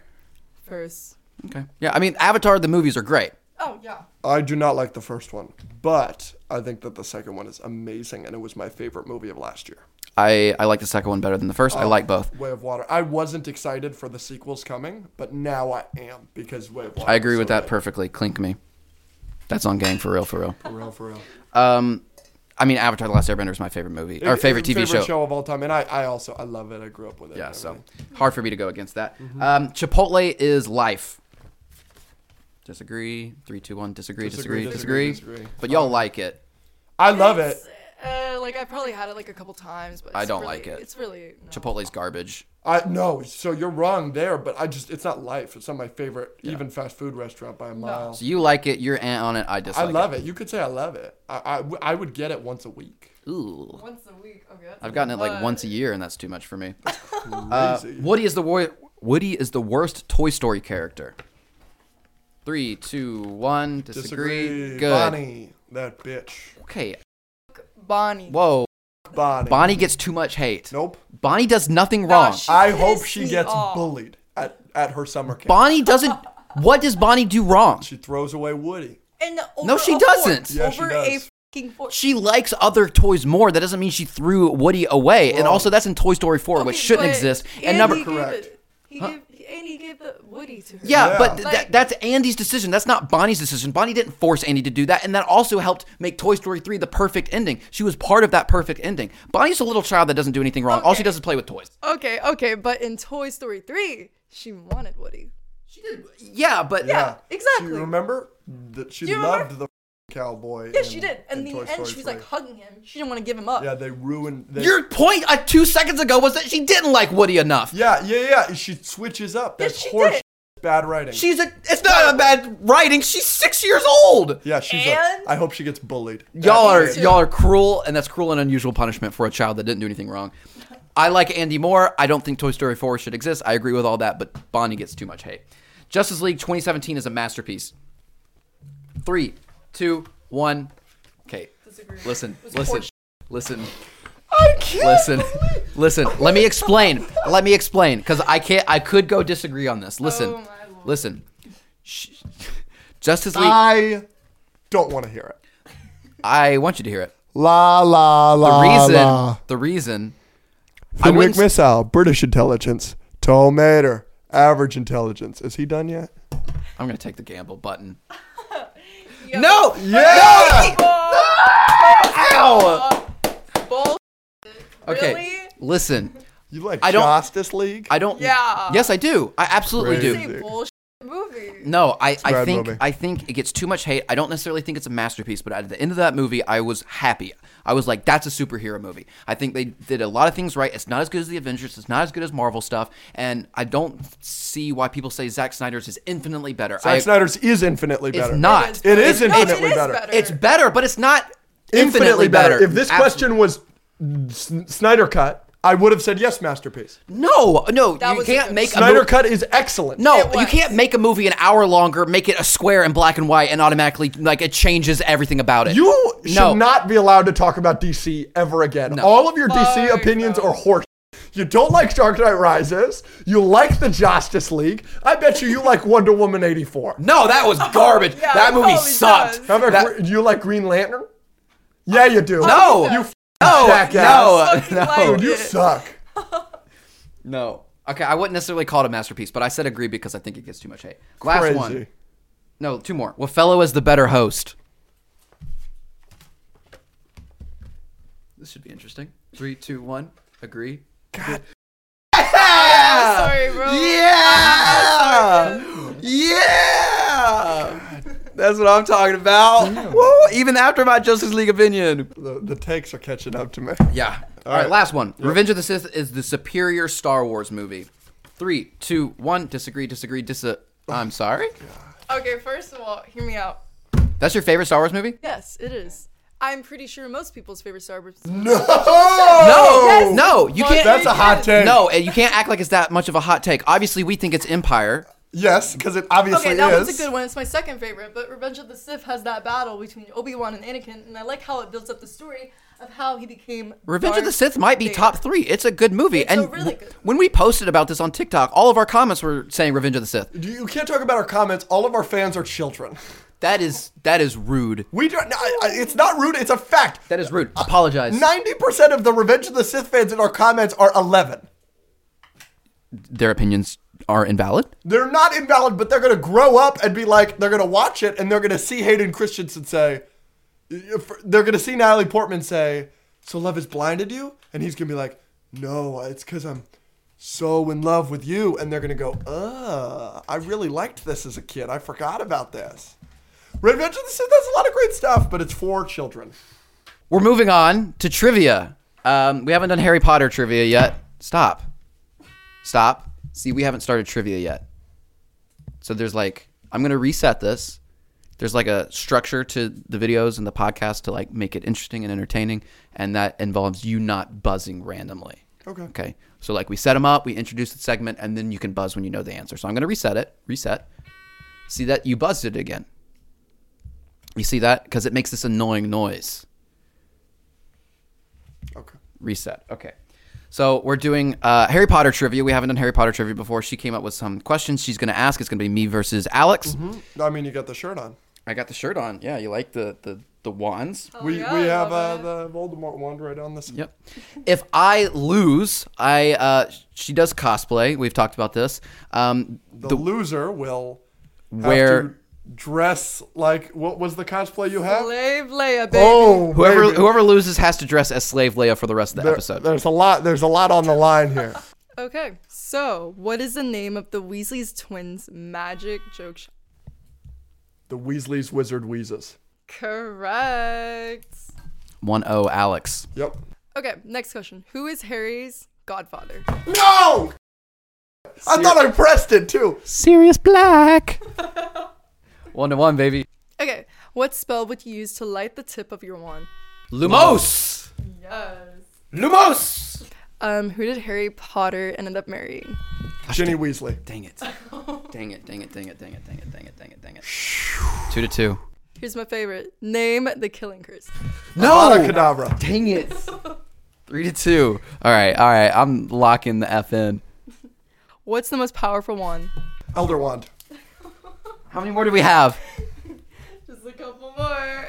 S3: First.
S1: Okay. Yeah, I mean Avatar the movies are great.
S3: Oh yeah.
S2: I do not like the first one, but I think that the second one is amazing, and it was my favorite movie of last year.
S1: I I like the second one better than the first. I like both.
S2: Way of Water. I wasn't excited for the sequels coming, but now I am because Way of Water.
S1: I agree
S2: is
S1: with
S2: so
S1: that perfectly. Clink me. That's on gang for real, for real.
S2: good. For real, for real.
S1: Um, I mean, Avatar: The Last Airbender is my favorite movie, or
S2: It-
S1: favorite
S2: it's
S1: TV show.
S2: of all time, and I, I also I love it. I grew up with it.
S1: Yeah,
S2: and
S1: so
S2: everything.
S1: hard for me to go against that.
S2: Mm-hmm.
S1: Um, Chipotle is life. Disagree. Three, two, one. Disagree. Disagree.
S2: Disagree,
S1: Disagree.
S2: disagree, disagree. Um,
S1: But y'all like it.
S2: I love it.
S3: Uh, like I probably had it like a couple times, but
S1: I
S3: it's
S1: don't
S3: really-
S1: like it.
S3: It's really no.
S1: Chipotle's garbage.
S2: I no. So you're wrong there, but I just it's not life. It's not my favorite even fast food restaurant by a mile.
S1: So you like it. You're ant on it. I
S2: I
S1: dislike
S2: love it. You could say I love it. I, I w- I would get it once a week.
S1: it. Ooh.
S3: Once a week. Okay. that's
S1: I've gotten it like
S3: lot. [LAUGHS]
S1: once a year, and that's too much for me. Uh,
S2: Crazy.
S1: Woody is the wor- Woody is the worst Toy Story character. Three, two, one. Disagree. Good.
S2: Bonnie, that bitch.
S1: Okay.
S3: Bonnie.
S1: Whoa.
S2: Bonnie.
S1: Bonnie gets too much hate.
S2: Nope.
S1: Bonnie does nothing
S3: Nah,
S1: wrong.
S3: she
S2: I hope
S3: pissed
S2: she
S3: me
S2: gets
S3: off.
S2: bullied at, at her summer camp.
S1: Bonnie doesn't. what does Bonnie do wrong?
S2: She throws away Woody.
S3: And over
S1: No, she
S3: a
S1: doesn't.
S3: fork.
S2: Yeah, she
S3: over
S2: does.
S3: a fucking fork.
S1: She likes other toys more. That doesn't mean she threw Woody away. And also, that's in Toy Story 4, which
S3: Okay,
S1: shouldn't
S3: but-
S1: exist. And,
S3: and
S1: number.
S3: he gave
S2: Correct.
S3: it- He gave, and he gave the Woody to her.
S1: yeah,
S2: Yeah.
S1: but th-
S3: Like-
S1: that- that's Andy's decision. That's not Bonnie's decision. Bonnie didn't force Andy to do that. And that also helped make Toy Story 3 the perfect ending. She was part of that perfect ending. Bonnie's a little child that doesn't do anything wrong. All she
S3: Okay.
S1: does is play with toys.
S3: Okay, okay, but in Toy Story 3, she wanted Woody.
S1: She did. Yeah, but.
S3: Yeah.
S2: Do
S3: exactly.
S2: you remember? That she
S3: Do you
S2: loved the [LAUGHS] cowboy.
S3: Yeah,
S2: in-
S3: she did.
S2: Mm. in
S3: And in
S2: Toy
S3: the end,
S2: Story
S3: she was like
S2: 3.
S3: hugging him. She didn't want to give him up.
S2: Yeah, they ruined. They,
S1: Your point uh, two seconds ago was that she didn't like Woody enough.
S2: yeah, yeah, yeah. She switches up.
S3: Yeah,
S2: That's
S3: she
S2: horse
S3: did.
S2: shit, bad writing.
S1: She's a. It's not a bad writing. She's six years old.
S2: yeah, she's
S3: And-
S2: a, I hope she gets bullied.
S1: Y'all are
S2: That's it.
S1: y'all are cruel, and that's cruel and unusual punishment for a child that didn't do anything wrong. I like Andy Moore. I don't think Toy Story 4 should exist. I agree with all that, but Bonnie gets too much hate. Justice League 2017 is a masterpiece. three, two, one. Okay.
S3: Disagree.
S1: Listen,
S3: This
S1: listen,
S3: porch-
S1: listen,
S2: I can't.
S1: listen, listen. Let me explain. Let me explain, because I can't. I could go disagree on this.
S3: Oh
S1: Listen,
S3: my lord.
S1: listen. Sh- Justice League.
S2: I don't want to hear it.
S1: I want you to hear it.
S2: La la
S1: The
S2: la.
S1: reason.
S2: la.
S1: The reason. I
S2: Finnick
S1: wouldn't s-
S2: missile. British intelligence. Tomater. Average intelligence. Is he done yet?
S1: I'm gonna take the gamble
S3: [LAUGHS]
S1: button.
S3: Yeah.
S1: No.
S2: Yeah.
S1: Ow!
S3: Bull.
S1: Okay.
S3: Uh, Really?
S1: Listen.
S2: You like
S1: I don't-
S2: Justice League?
S1: I don't.
S3: Yeah.
S1: Yes, I do. I absolutely
S2: Crazy.
S1: do.
S3: It's a bullshit movie.
S1: No, I, I
S2: bad
S1: think
S2: movie.
S1: I think it gets too much hate. I don't necessarily think it's a masterpiece, but at the end of that movie, I was happy. I was like, "That's a superhero movie." I think they did a lot of things right. It's not as good as the Avengers. It's not as good as Marvel stuff, and I don't see why people say Zack Snyder's is infinitely better. I-
S2: Zack Snyder's is infinitely
S1: it's
S2: better.
S1: not.
S2: It is
S3: No,
S2: infinitely better.
S1: It's better, but it's not infinitely, better.
S2: If this
S1: Absol-
S2: question was S- Snyder cut, I would have said yes, masterpiece.
S1: no, no,
S3: That
S1: you
S3: was a
S1: can't
S3: good
S1: make a
S2: Snyder
S1: mo-
S2: cut is excellent.
S1: No,
S3: It
S1: you
S3: was.
S1: can't make a movie an hour longer, make it a square in black and white, and automatically like it changes everything about it.
S2: You should
S1: No.
S2: not be allowed to talk about DC ever again. All of your DC
S3: Fuck
S2: opinions
S3: no.
S2: are horse. You don't like Dark Knight Rises. You like the Justice League. I bet you you like Wonder Woman 84.
S1: No, that
S3: [LAUGHS]
S1: was garbage.
S3: Yeah,
S1: that
S3: it
S1: movie
S3: probably
S1: sucked.
S3: does.
S2: How about
S1: That-
S2: Gre- do you like Green Lantern? Yeah, you do.
S1: no,
S2: You
S1: no,
S2: f-
S1: no,
S2: jackass.
S1: no,
S2: dude, you
S3: Yeah.
S2: suck.
S1: no. Okay, I wouldn't necessarily call it a masterpiece, but I said agree because I think it gets too much hate. Last
S2: Crazy.
S1: one. No, two more. Waffello is the better host. This should be interesting. Three, two, one. Agree.
S3: [LAUGHS] I'm sorry, bro.
S1: Yeah! Yeah! That's what I'm talking about. Woo! Even after my Justice League opinion.
S2: The, the takes are catching up to me. [LAUGHS]
S1: Yeah. All right,
S2: right.
S1: last one. Revenge of the Sith is the superior Star Wars movie. Three, two, one. Disagree, disagree, disa. I'm sorry?
S3: Okay, first of all, hear me out.
S1: That's your favorite Star Wars movie?
S3: Yes, it is. I'm pretty sure most people's favorite Star Wars.
S1: No!
S3: Yes.
S1: No, you can't.
S2: That's a hot take.
S1: No, and you can't act like it's that much of a hot take. Obviously, we think it's Empire.
S2: Yes, because it obviously
S3: Okay, that
S2: is.
S3: one's a good one. It's my second favorite, but Revenge of the Sith has that battle between Obi Wan and Anakin, and I like how it builds up the story of how he became.
S1: Revenge of the
S3: Darth
S1: Sith might be
S3: Vader.
S1: top three. It's a good movie.
S3: It's a
S1: and
S3: really
S1: w-
S3: good-
S1: when we posted about this on TikTok, all of our comments were saying Revenge of the Sith.
S2: You you can't talk about our comments. All of our fans are children.
S1: That is that is rude.
S2: We don't. no, I- I- it's not rude. It's a fact.
S1: That is rude. Apologize.
S2: Ninety percent of the Revenge of the Sith fans in our comments are eleven.
S1: Their opinions are invalid.
S2: They're not invalid, but they're gonna grow up and be like, they're gonna watch it and they're gonna see Hayden Christensen say, if- they're gonna see Natalie Portman say, "So love has blinded you," and he's gonna be like, "No, it's because I'm so in love with you," and they're gonna go, "Uh, I really liked this as a kid. I forgot about this." Revenge of the Sith has a lot of great stuff, but it's for children.
S1: We're moving on to trivia. Um, we haven't done Harry Potter trivia yet. Stop. Stop. See, we haven't started trivia yet. So there's like, I'm going to reset this. There's like a structure to the videos and the podcast to like make it interesting and entertaining. And that involves you not buzzing randomly.
S2: Okay.
S1: Okay. So like we set them up, we introduce the segment, and then you can buzz when you know the answer. So I'm going to reset it. Reset. See that? You buzzed it again. You see that? Because it makes this annoying noise
S2: Okay.
S1: reset. Okay. So we're doing uh, Harry Potter trivia. We haven't done Harry Potter trivia before. She came up with some questions she's going to ask. It's going to be me versus Alex.
S2: I mean, you got the shirt on.
S1: I got the shirt on. Yeah, you like the the, the wands?
S3: Oh,
S2: we
S3: yeah,
S2: we
S3: I
S2: have uh,
S3: love it.
S2: the Voldemort wand right on this.
S1: Yep. If I lose, I uh, she does cosplay. We've talked about this. Um,
S2: The, loser will have
S1: Wear-
S2: to dress like what was the cosplay you had?
S3: Slave Leia, baby.
S2: Oh,
S1: whoever
S2: baby.
S1: whoever loses has to dress as slave Leia for the rest of the
S2: There-
S1: episode.
S2: There's a lot. There's a lot on the line here. [LAUGHS]
S3: Okay, so what is the name of the Weasley's twins' magic joke shop?
S2: The Weasley's Wizard Wheezes.
S3: Correct.
S1: One O Alex.
S2: Yep.
S3: Okay, next question. Who is Harry's godfather?
S2: No. I thought I pressed it too.
S1: Sirius Black. one to one, baby.
S3: Okay, what spell would you use to light the tip of your wand?
S1: Lumos.
S3: Yes.
S1: Lumos.
S3: Um, who did Harry Potter ended up marrying?
S2: Ginny Weasley.
S1: Dang it. Dang it, dang it, dang it, dang it, dang it, dang it, dang it, dang it. Two to two.
S3: Here's my favorite. Name the killing curse.
S1: No.
S2: Abracadabra.
S1: Dang it. Three to two. All right. All right. I'm locking the F in.
S3: What's the most powerful one?
S2: Elder wand.
S1: How many more do we have?
S3: [LAUGHS] Just a couple more.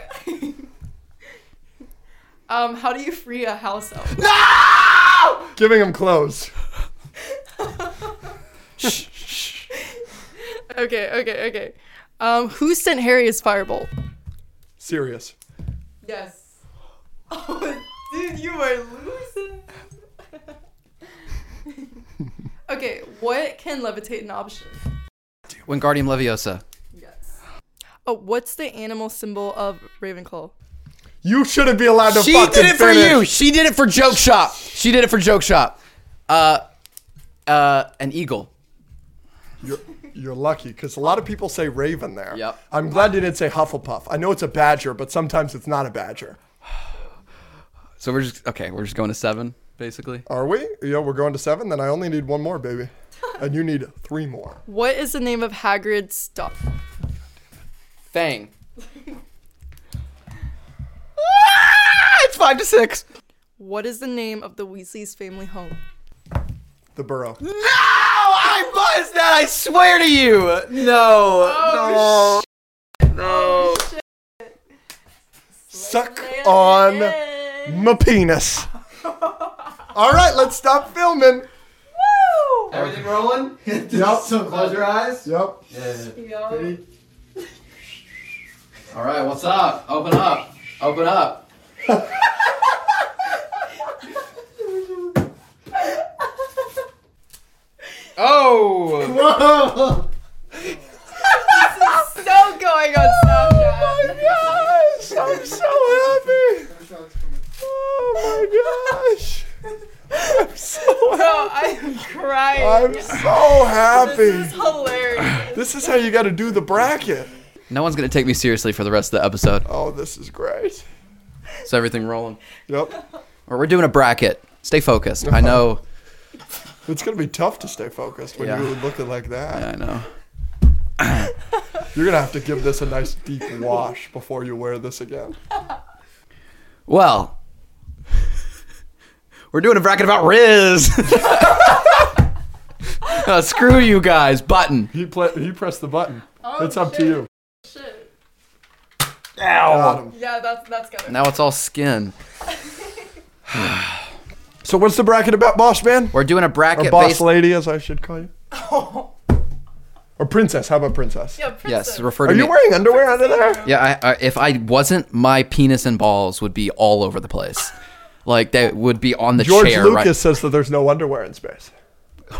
S3: [LAUGHS] um, how do you free a house elf? [LAUGHS]
S2: Giving him clothes.
S3: Okay, okay, okay. Um, who sent Harry his firebolt?
S2: Serious.
S3: Yes. [GASPS] Oh, dude, you are losing. okay, what can levitate an object?
S1: Wingardium Leviosa.
S3: Yes. Oh, what's the animal symbol of Ravenclaw?
S2: You shouldn't be allowed to
S1: She
S2: fucking
S1: did it for
S2: finish.
S1: you. She did it for Joke Shop. She did it for Joke Shop. Uh, uh, an eagle.
S2: You're, you're lucky because a lot of people say raven there.
S1: Yep.
S2: I'm glad you didn't say Hufflepuff. I know it's a badger, but sometimes it's not a badger.
S1: So we're just okay. We're just going to seven, basically.
S2: Are we? Yeah, we're going to seven. Then I only need one more, baby. And you need three more.
S3: What is the name of Hagrid's dog?
S1: Fang. Ah, it's five to six.
S3: What is the name of the Weasley's family home?
S2: The burrow.
S1: No, I buzzed that. I swear to you. No.
S4: Oh,
S1: no. No.
S2: Suck on my penis. All right, let's stop filming.
S4: Everything rolling?
S2: Yep.
S4: So close your eyes.
S2: Yep.
S1: All right. What's up? Open up. Open up. oh.
S4: Whoa!
S3: So Oh, going on Snapchat.
S2: Oh Gosh, I'm so happy. Oh my gosh. I'm so
S3: Bro,
S2: happy.
S3: I'm crying.
S2: Oh
S3: [LAUGHS]
S2: I'm so
S3: This is
S2: happy.
S3: hilarious.
S2: This is how you got to do the bracket.
S1: No one's gonna take me seriously for the rest of the episode.
S2: Oh, this is great.
S1: So everything rolling.
S2: Yep.
S1: Or we're doing a bracket. Stay focused. I know.
S2: It's going to be tough to stay focused when
S1: Yeah.
S2: you're looking like that.
S1: I know.
S2: You're going to have to give this a nice deep wash before you wear this again.
S1: Well, we're doing a bracket about Riz. [LAUGHS] Uh, screw you guys. Button.
S2: He pla- he pressed the button. it's up to
S3: Oh,
S2: you.
S3: shit. Shit.
S2: Got him.
S3: Yeah, that's that's good.
S1: Now it's all skin.
S2: So what's the bracket about, boss man?
S1: We're doing a
S2: Or
S1: bracket
S2: boss
S1: based.
S2: lady, as I should call you. [LAUGHS] or princess. How about princess?
S3: Yeah, princess.
S1: yes, refer to
S2: Are
S1: me.
S2: you wearing underwear under there?
S1: yeah, I, I, if I wasn't, my penis and balls would be all over the place. Like they would be on the
S2: George
S1: chair.
S2: Lucas says that there's no underwear in space.
S1: Right.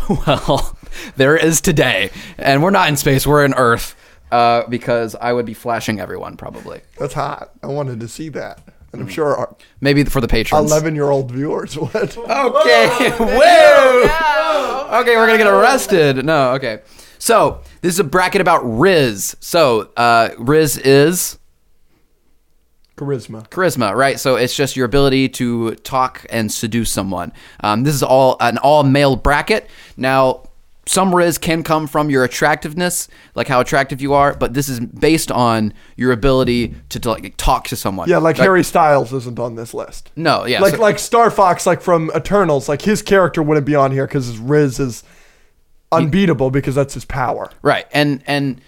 S1: [LAUGHS] Well, there is today, and we're not in space. We're in Earth. Uh, because I would be flashing everyone probably.
S2: That's hot. I wanted to see that, and I'm sure our
S1: Maybe for the patrons.
S2: 11 year old viewers would.
S3: Oh,
S1: Okay. Whoa. Okay, we're gonna get arrested. No, okay. So this is a bracket about Riz. So uh, Riz is
S2: Charisma.
S1: charisma, right? So it's just your ability to talk and seduce someone. Um, this is all an all male bracket. Now, some Riz can come from your attractiveness, like how attractive you are, but this is based on your ability to, to, like talk to someone.
S2: Yeah, like Harry Styles isn't on this list.
S1: No, yeah,
S2: Like
S1: so-
S2: like Star Fox, like from Eternals, like his character wouldn't be on here because his Riz is unbeatable because that's his power.
S1: Right. And and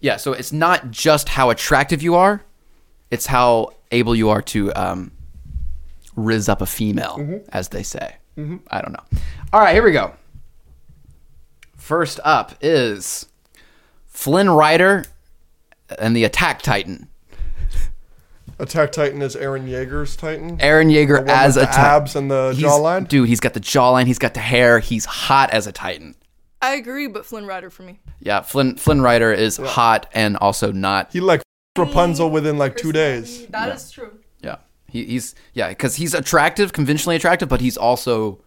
S1: yeah, so it's not just how attractive you are, it's how able you are to um riz up a female,
S2: Mm-hmm.
S1: as they say. I don't know. All right, here we go. First up is Flynn Rider and the Attack Titan.
S2: Attack Titan is Aaron Yeager's Titan.
S1: Aaron
S2: The
S1: Yeager
S2: one
S1: as
S2: with
S1: a
S2: the
S1: Titan.
S2: abs and the jawline?
S1: Dude, he's got the jawline, he's got the hair, he's hot as a Titan.
S3: I agree, but Flynn Rider for me.
S1: Yeah, Flynn Flynn Rider is hot and also not
S2: He like Rapunzel within like two days.
S3: That is true. [LAUGHS]
S1: Yeah, he, he's yeah, because he's attractive, conventionally attractive, but he's also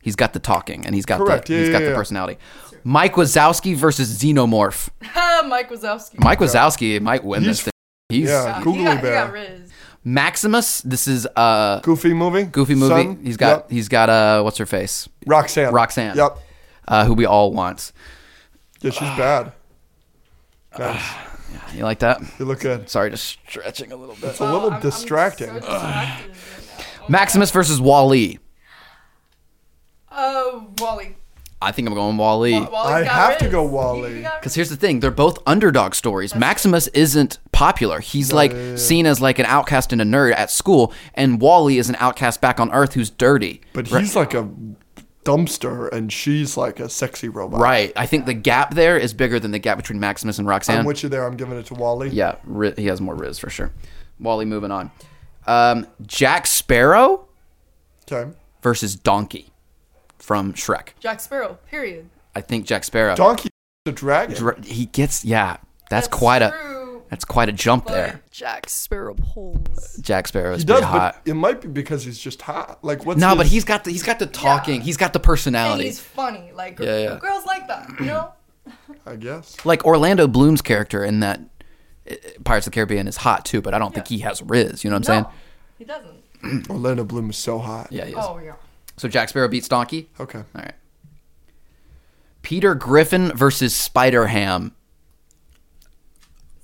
S1: he's got the talking and he's got
S2: Correct.
S1: the
S2: Yeah,
S1: he's
S2: yeah,
S1: got
S2: yeah.
S1: the personality. Mike Wazowski versus Xenomorph.
S3: Ha, Mike Wazowski.
S1: Mike Wazowski might win this
S2: He's-
S1: thing. He's
S2: yeah.
S3: He
S2: Googly
S3: got, he
S2: Bear.
S3: got Riz.
S1: Maximus. This is uh
S2: Goofy movie.
S1: goofy movie.
S2: Son?
S1: He's got
S2: Yep.
S1: he's got uh what's her face
S2: Roxanne.
S1: Roxanne.
S2: Yep.
S1: Uh, who we all want.
S2: Yeah, she's bad. Nice.
S1: You like that?
S2: You look good.
S1: Sorry, just stretching a little bit.
S2: It's a little
S3: I'm- I'm so
S2: distracting.
S3: distracted right
S2: Oh,
S3: now.
S1: Maximus versus Wally.
S3: Uh, Wally.
S1: I think I'm going Wally.
S3: Wa- Wally's
S2: I
S3: got
S2: have to
S3: Riz.
S2: go
S3: You- you
S2: Wally.
S3: got
S1: Because here's the thing, they're both underdog stories. Maximus isn't popular. He's like seen as like an outcast and a nerd at school, and Wally is an outcast back on Earth who's dirty.
S2: But
S1: Ri-
S2: he's like a dumpster and she's like a sexy robot.
S1: right, I think the gap there is bigger than the gap between Maximus and Roxanne.
S2: I'm with you there. I'm giving it to Wally.
S1: yeah, Ri- he has more Riz for sure. Wally, moving on. Um, Jack Sparrow
S2: Okay.
S1: versus Donkey from Shrek.
S3: Jack Sparrow. Period.
S1: I think Jack Sparrow.
S2: Donkey the dragon.
S1: Dr- he gets yeah. That's, quite a
S3: true,
S1: that's quite a jump
S3: but
S1: there.
S3: Jack Sparrow pulls.
S1: Jack Sparrow is
S2: he
S1: pretty
S2: does,
S1: hot.
S2: but it might be because he's just hot. Like what's
S1: No,
S2: his-
S1: but he's got the he's got the talking. He's got the
S3: And
S1: personality.
S3: he's funny. Like
S1: Yeah, yeah.
S3: girls like that,
S1: [CLEARS THROAT]
S3: you know.
S2: I guess.
S1: Like Orlando Bloom's character in that uh, Pirates of the Caribbean is hot too, but I don't think he has Riz. You know what I'm
S3: No,
S1: saying?
S3: he doesn't.
S2: Orlando Bloom is so hot.
S1: Hmm. Yeah, he is.
S3: Oh yeah.
S1: So Jack Sparrow beats Donkey.
S2: Okay.
S1: All right. Peter Griffin versus Spider Ham.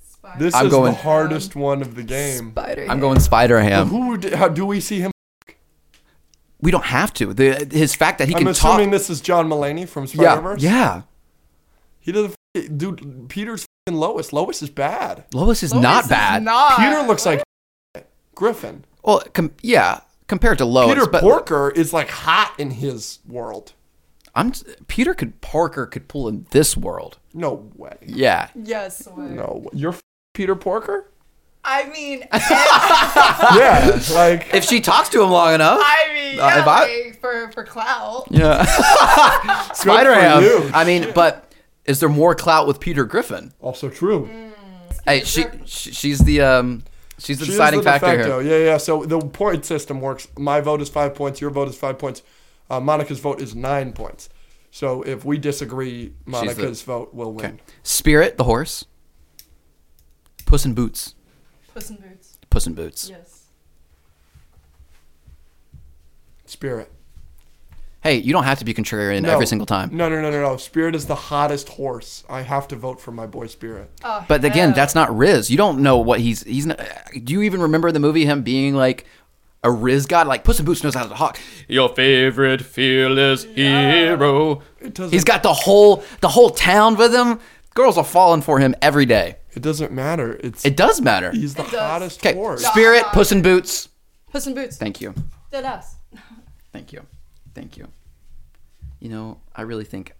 S3: Spider.
S2: This
S1: I'm
S2: is
S1: going- um,
S2: the hardest one of the game.
S3: Spider.
S1: I'm going Spider
S3: Mm-hmm.
S1: Ham.
S2: Who d- how do we see him?
S1: We don't have to. The, his fact that he
S2: I'm
S1: can
S2: assuming
S1: talk.
S2: this is John Mulaney from Spider
S1: yeah,
S2: Verse.
S1: yeah.
S2: He doesn't. f- Dude, Peter's fing Lois. Lois is bad.
S1: Lois is
S3: Lois
S1: not
S3: is
S1: bad.
S3: Not.
S1: Uh,
S2: Peter looks like Griffin.
S1: well, com- yeah, compared to Lois.
S2: Peter
S1: but
S2: Porker is like hot in his world.
S1: I'm Peter could Parker could pull in this world.
S2: No way.
S1: Yeah,
S3: Yes. Way.
S2: No. way. You're f- [LAUGHS] Peter Porker?
S1: [LAUGHS]
S3: [LAUGHS] I mean,
S2: yeah. Like
S1: if she talks to him long enough. [LAUGHS]
S3: I mean,
S1: Uh,
S3: yeah,
S1: if I-
S3: like, for for clout.
S1: Yeah. [LAUGHS] Spider
S2: Good for
S1: Ham.
S2: you.
S1: I mean, but is there more clout with Peter Griffin?
S2: also true.
S1: Hey, she, she she's the um she's the
S2: She is
S1: deciding
S2: the de
S1: factor
S2: facto.
S1: here.
S2: Yeah, yeah. So the point system works. My vote is five points. Your vote is five points. Uh, Monica's vote is nine points. So if we disagree, Monica's vote will win.
S1: Spirit the horse. Puss in Boots.
S3: Puss in Boots.
S1: Puss in Boots.
S3: Yes.
S2: Spirit.
S1: Hey, you don't have to be contrarian
S2: No.
S1: every single time.
S2: No, no, no, no, no. Spirit is the hottest horse. I have to vote for my boy Spirit.
S3: Oh,
S1: But again,
S3: hell.
S1: that's not Riz. You don't know what he's he's. Not, do you even remember the movie him being like a Riz god? Like Puss in Boots knows how to talk. Your favorite fearless hero.
S2: It doesn't.
S1: He's got the whole the whole town with him. Girls are falling for him every day.
S2: it doesn't matter. It's
S1: It does matter.
S2: he's the
S3: It does.
S2: hottest
S1: Okay,
S2: horse.
S1: Spirit, Puss in Boots.
S3: Puss in Boots.
S1: Thank you,
S3: Dead ass. [SIGHS]
S1: thank you, thank you. You know, I really think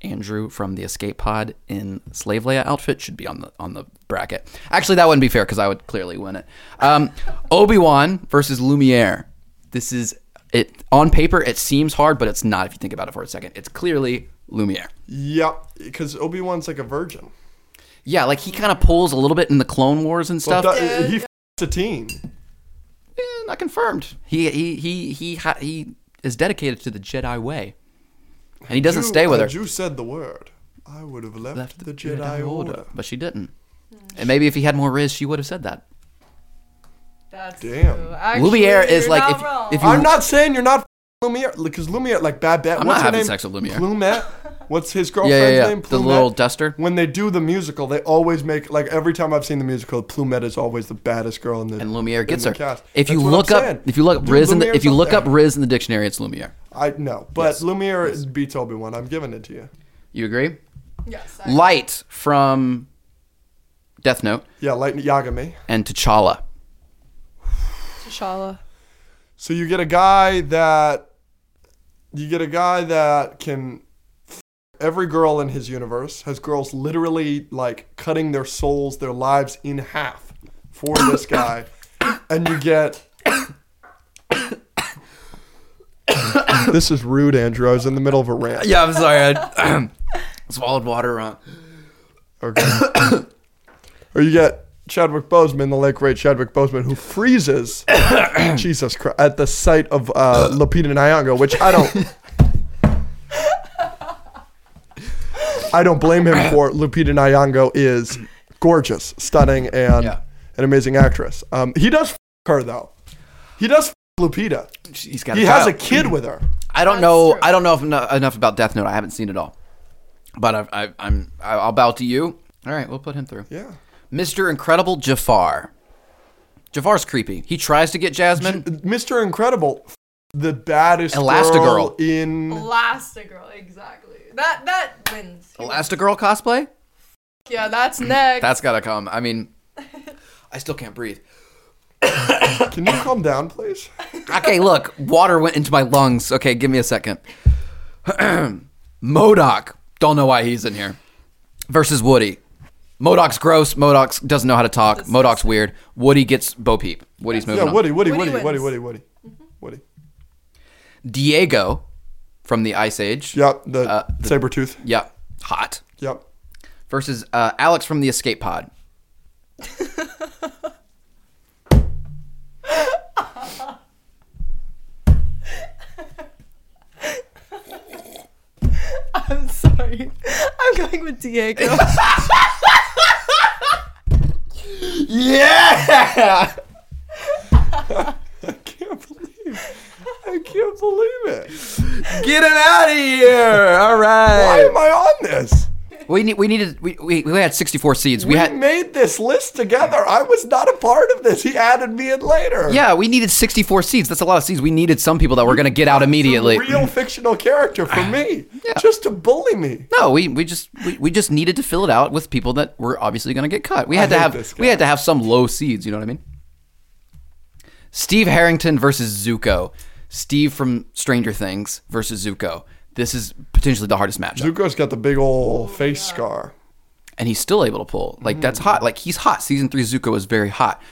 S1: Andrew from the Escape Pod in Slave Leia outfit should be on the on the bracket. Actually, that wouldn't be fair because I would clearly win it. Um, Obi Wan versus Lumiere. This is it. On paper, it seems hard, but it's not. If you think about it for a second, it's clearly Lumiere.
S2: Yep, because Obi Wan's like a virgin.
S1: Yeah, like he kind of pulls a little bit in the Clone Wars and stuff.
S2: But that- he f- a teen.
S1: Eh, not confirmed. He he he he ha- he is dedicated to the Jedi way, and he doesn't
S2: You-
S1: stay with her.
S2: had You said the word. I would have left,
S1: Left
S2: the, Jedi, Order.
S1: but she didn't.
S3: Mm.
S1: And maybe if he had more Riz, she would have said that.
S3: That's
S2: Damn.
S3: True. Actually,
S1: Lumiere is
S3: you're
S1: like
S3: not
S1: if
S3: wrong.
S1: if you
S2: I'm not saying you're not f- Lumiere, because Lumiere, like Babette.
S1: I'm not
S2: what's her
S1: having
S2: name?
S1: sex with Lumiere.
S2: Plumet. What's his
S1: yeah
S2: girlfriend's
S1: yeah, yeah.
S2: name?
S1: the little duster.
S2: When they do the musical, they always make like every time I've seen the musical, Plumet is always the baddest girl in the
S1: And Lumiere
S2: in
S1: gets
S2: the
S1: her.
S2: cast.
S1: If you
S2: That's what I'm
S1: look up,
S2: saying.
S1: if you look up
S2: Dude,
S1: Riz in the,
S2: Lumiere's
S1: if you
S2: up
S1: look up
S2: there.
S1: Riz in the dictionary, it's Lumiere.
S2: I know, but Lumiere beats Obi Wan. I'm giving it to you.
S1: You agree?
S3: yes, I-
S1: Light from Death Note
S2: Yeah, Light Yagami.
S1: and T'Challa.
S3: T'Challa.
S2: So you get a guy that you get a guy that can f- every girl in his universe has girls literally like cutting their souls, their lives in half for this guy, and you get. [COUGHS] this is rude, Andrew. I was in the middle of a rant.
S1: Yeah, I'm sorry. I [CLEARS THROAT] swallowed water uh, wrong.
S2: Okay. [COUGHS] or you get Chadwick Boseman, the late great Chadwick Boseman, who freezes, [COUGHS] Jesus Christ, at the sight of
S1: [COUGHS]
S2: uh, Lupita Nyong'o, which I don't. I don't blame him for. Lupita Nyong'o is gorgeous, stunning, and
S1: Yeah.
S2: an amazing actress. Um, he does f- her though. He does f- Lupita.
S1: He's got.
S2: He
S1: a
S2: has a
S1: child.
S2: kid with her.
S1: I don't
S3: That's
S1: know.
S3: true.
S1: I don't know if, enough about Death Note. I haven't seen it all, but I've, I've, I'm I- I'll bow to you. All right, we'll put him through.
S2: Yeah.
S1: Mr. Incredible Jafar. Jafar's creepy. He tries to get Jasmine.
S2: Mr. Incredible, the baddest
S1: Elastigirl.
S2: girl in.
S3: Elastigirl, exactly. That that wins.
S1: Elastigirl cosplay?
S3: Yeah, that's
S1: Mm.
S3: next.
S1: That's gotta come. I mean, I still can't breathe.
S2: Can you calm down, please?
S1: Okay, look, water went into my lungs. Okay, give me a second. [CLEARS THROAT] Modoc. Don't know why he's in here. Versus Woody. Modoc's gross. Modoc doesn't know how to talk. Modoc's weird. Woody gets Bo Peep. Woody's moving
S2: Yeah,
S1: on.
S2: Woody, Woody,
S3: Woody
S2: Woody, Woody,
S3: wins.
S2: Woody, Woody. Woody.
S1: Diego from the Ice Age.
S2: Yep, the,
S1: Uh, the- [LAUGHS]
S2: saber tooth.
S1: Yep. Hot.
S2: Yep.
S1: Versus uh, Alex from the Escape Pod.
S3: [LAUGHS] I'm sorry. [LAUGHS] I'm going
S1: [LAUGHS]
S3: with Diego.
S1: Yeah!
S2: I can't believe. I can't believe it.
S1: Get him out of here! All
S2: Why
S1: right.
S2: am I on this?
S1: We need. We needed. We, we, we had sixty four seeds. We,
S2: We
S1: had.
S2: made this list together. I was not a part of this. He added me in later.
S1: Yeah, we needed sixty four seeds. That's a lot of seeds. We needed some people that were going to get out immediately.
S2: Real fictional character for
S1: [LAUGHS]
S2: me. Just to bully me.
S1: No, we, we just we, we just needed to fill it out with people that were obviously going to get cut. We had to
S2: hate
S1: have
S2: this
S1: we had to have some low seeds. You know what I mean? Steve Harrington versus Zuko. Steve from Stranger Things versus Zuko. This is potentially the hardest matchup,
S2: Zuko's got the big
S3: Oh,
S2: old face scar.
S1: and he's still able to pull. Like that's hot. Like he's hot. Season three Zuko is very hot.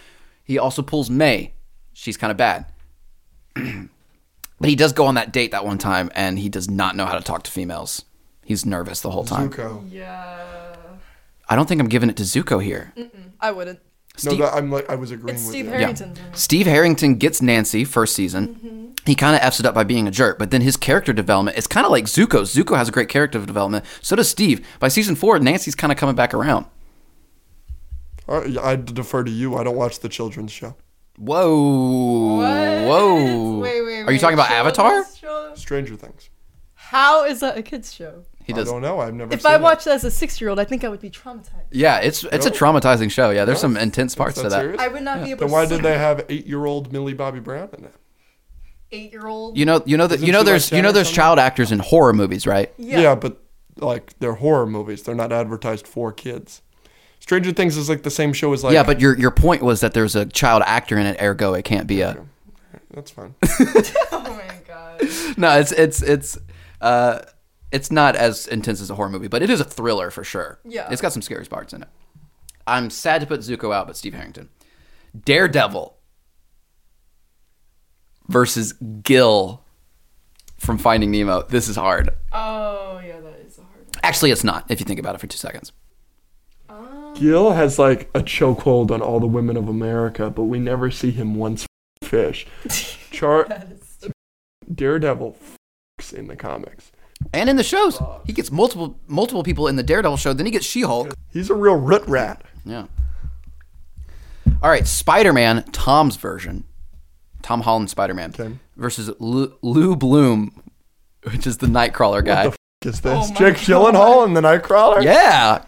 S1: He also pulls May. She's kind of bad. [CLEARS THROAT] but he does go on that date that one time, and he does not know how to talk to females. He's nervous the whole time.
S2: Zuko.
S3: yeah.
S1: I don't think I'm giving it to Zuko here.
S3: I wouldn't.
S1: Steve,
S2: No, that, I'm like I was agreeing
S3: It's
S2: with
S3: Steve
S2: you.
S1: yeah.
S3: Harrington.
S1: Steve Harrington gets Nancy first season.
S3: Mm-hmm.
S1: He kind of f's it up by being a jerk, but then his character development is kind of like Zuko's. Zuko has a great character development. So does Steve. By season four, Nancy's kind of coming back around.
S2: All right, I defer to you. I don't watch the children's show.
S1: Whoa,
S3: What?
S1: whoa!
S3: Wait, wait,
S1: Are you
S3: wait.
S1: talking about
S3: Show
S1: Avatar?
S3: us, show us.
S2: Stranger Things.
S3: How is that a kids show?
S1: He
S2: I
S1: does.
S2: don't know. I've never.
S3: If
S2: seen
S3: I
S2: it.
S3: watched that as a six-year-old, I think I would be traumatized.
S1: Yeah, it's it's a
S2: No.
S1: traumatizing show. Yeah, there's some
S2: Yes.
S1: intense parts
S2: Is
S1: to that.
S2: serious?
S3: I would not be able
S2: Then
S3: to
S2: why
S3: see
S2: did they have eight-year-old Millie Bobby Brown in it?
S3: eight-year-old.
S1: You know, you know that
S2: Isn't
S1: you know
S2: she like
S1: there's you
S2: 10
S1: know
S2: or
S1: there's
S2: something?
S1: child actors in horror movies, right?
S2: Yeah. but like they're horror movies. They're not advertised for kids. Stranger Things is like the same show as like.
S1: yeah, but your your point was that there's a child actor in it, ergo it can't be a.
S2: that's fine.
S3: Oh my god.
S1: no, it's it's it's uh it's not as intense as a horror movie, but it is a thriller for sure.
S3: Yeah.
S1: It's got some scary parts in it. I'm sad to put Zuko out, but Steve Harrington. Daredevil versus Gil from Finding Nemo. This is hard.
S3: Oh yeah, that is a hard one.
S1: Actually, it's not, if you think about it for two seconds.
S3: Um,
S2: Gil has like a chokehold on all the women of America, but we never see him once fish. Char
S3: [LAUGHS] That is
S2: Daredevil f- in the comics.
S1: And in the shows, he gets multiple multiple people in the Daredevil show, then he gets She-Hulk.
S2: He's a real root rat.
S1: Yeah. All right, Spider-Man, Tom's version, Tom Holland Spider-Man
S2: Okay.
S1: versus Lou, Lou Bloom, which is the Nightcrawler guy.
S2: the Is this
S3: my
S2: Jake Gyllenhaal in the Nightcrawler?
S1: yeah,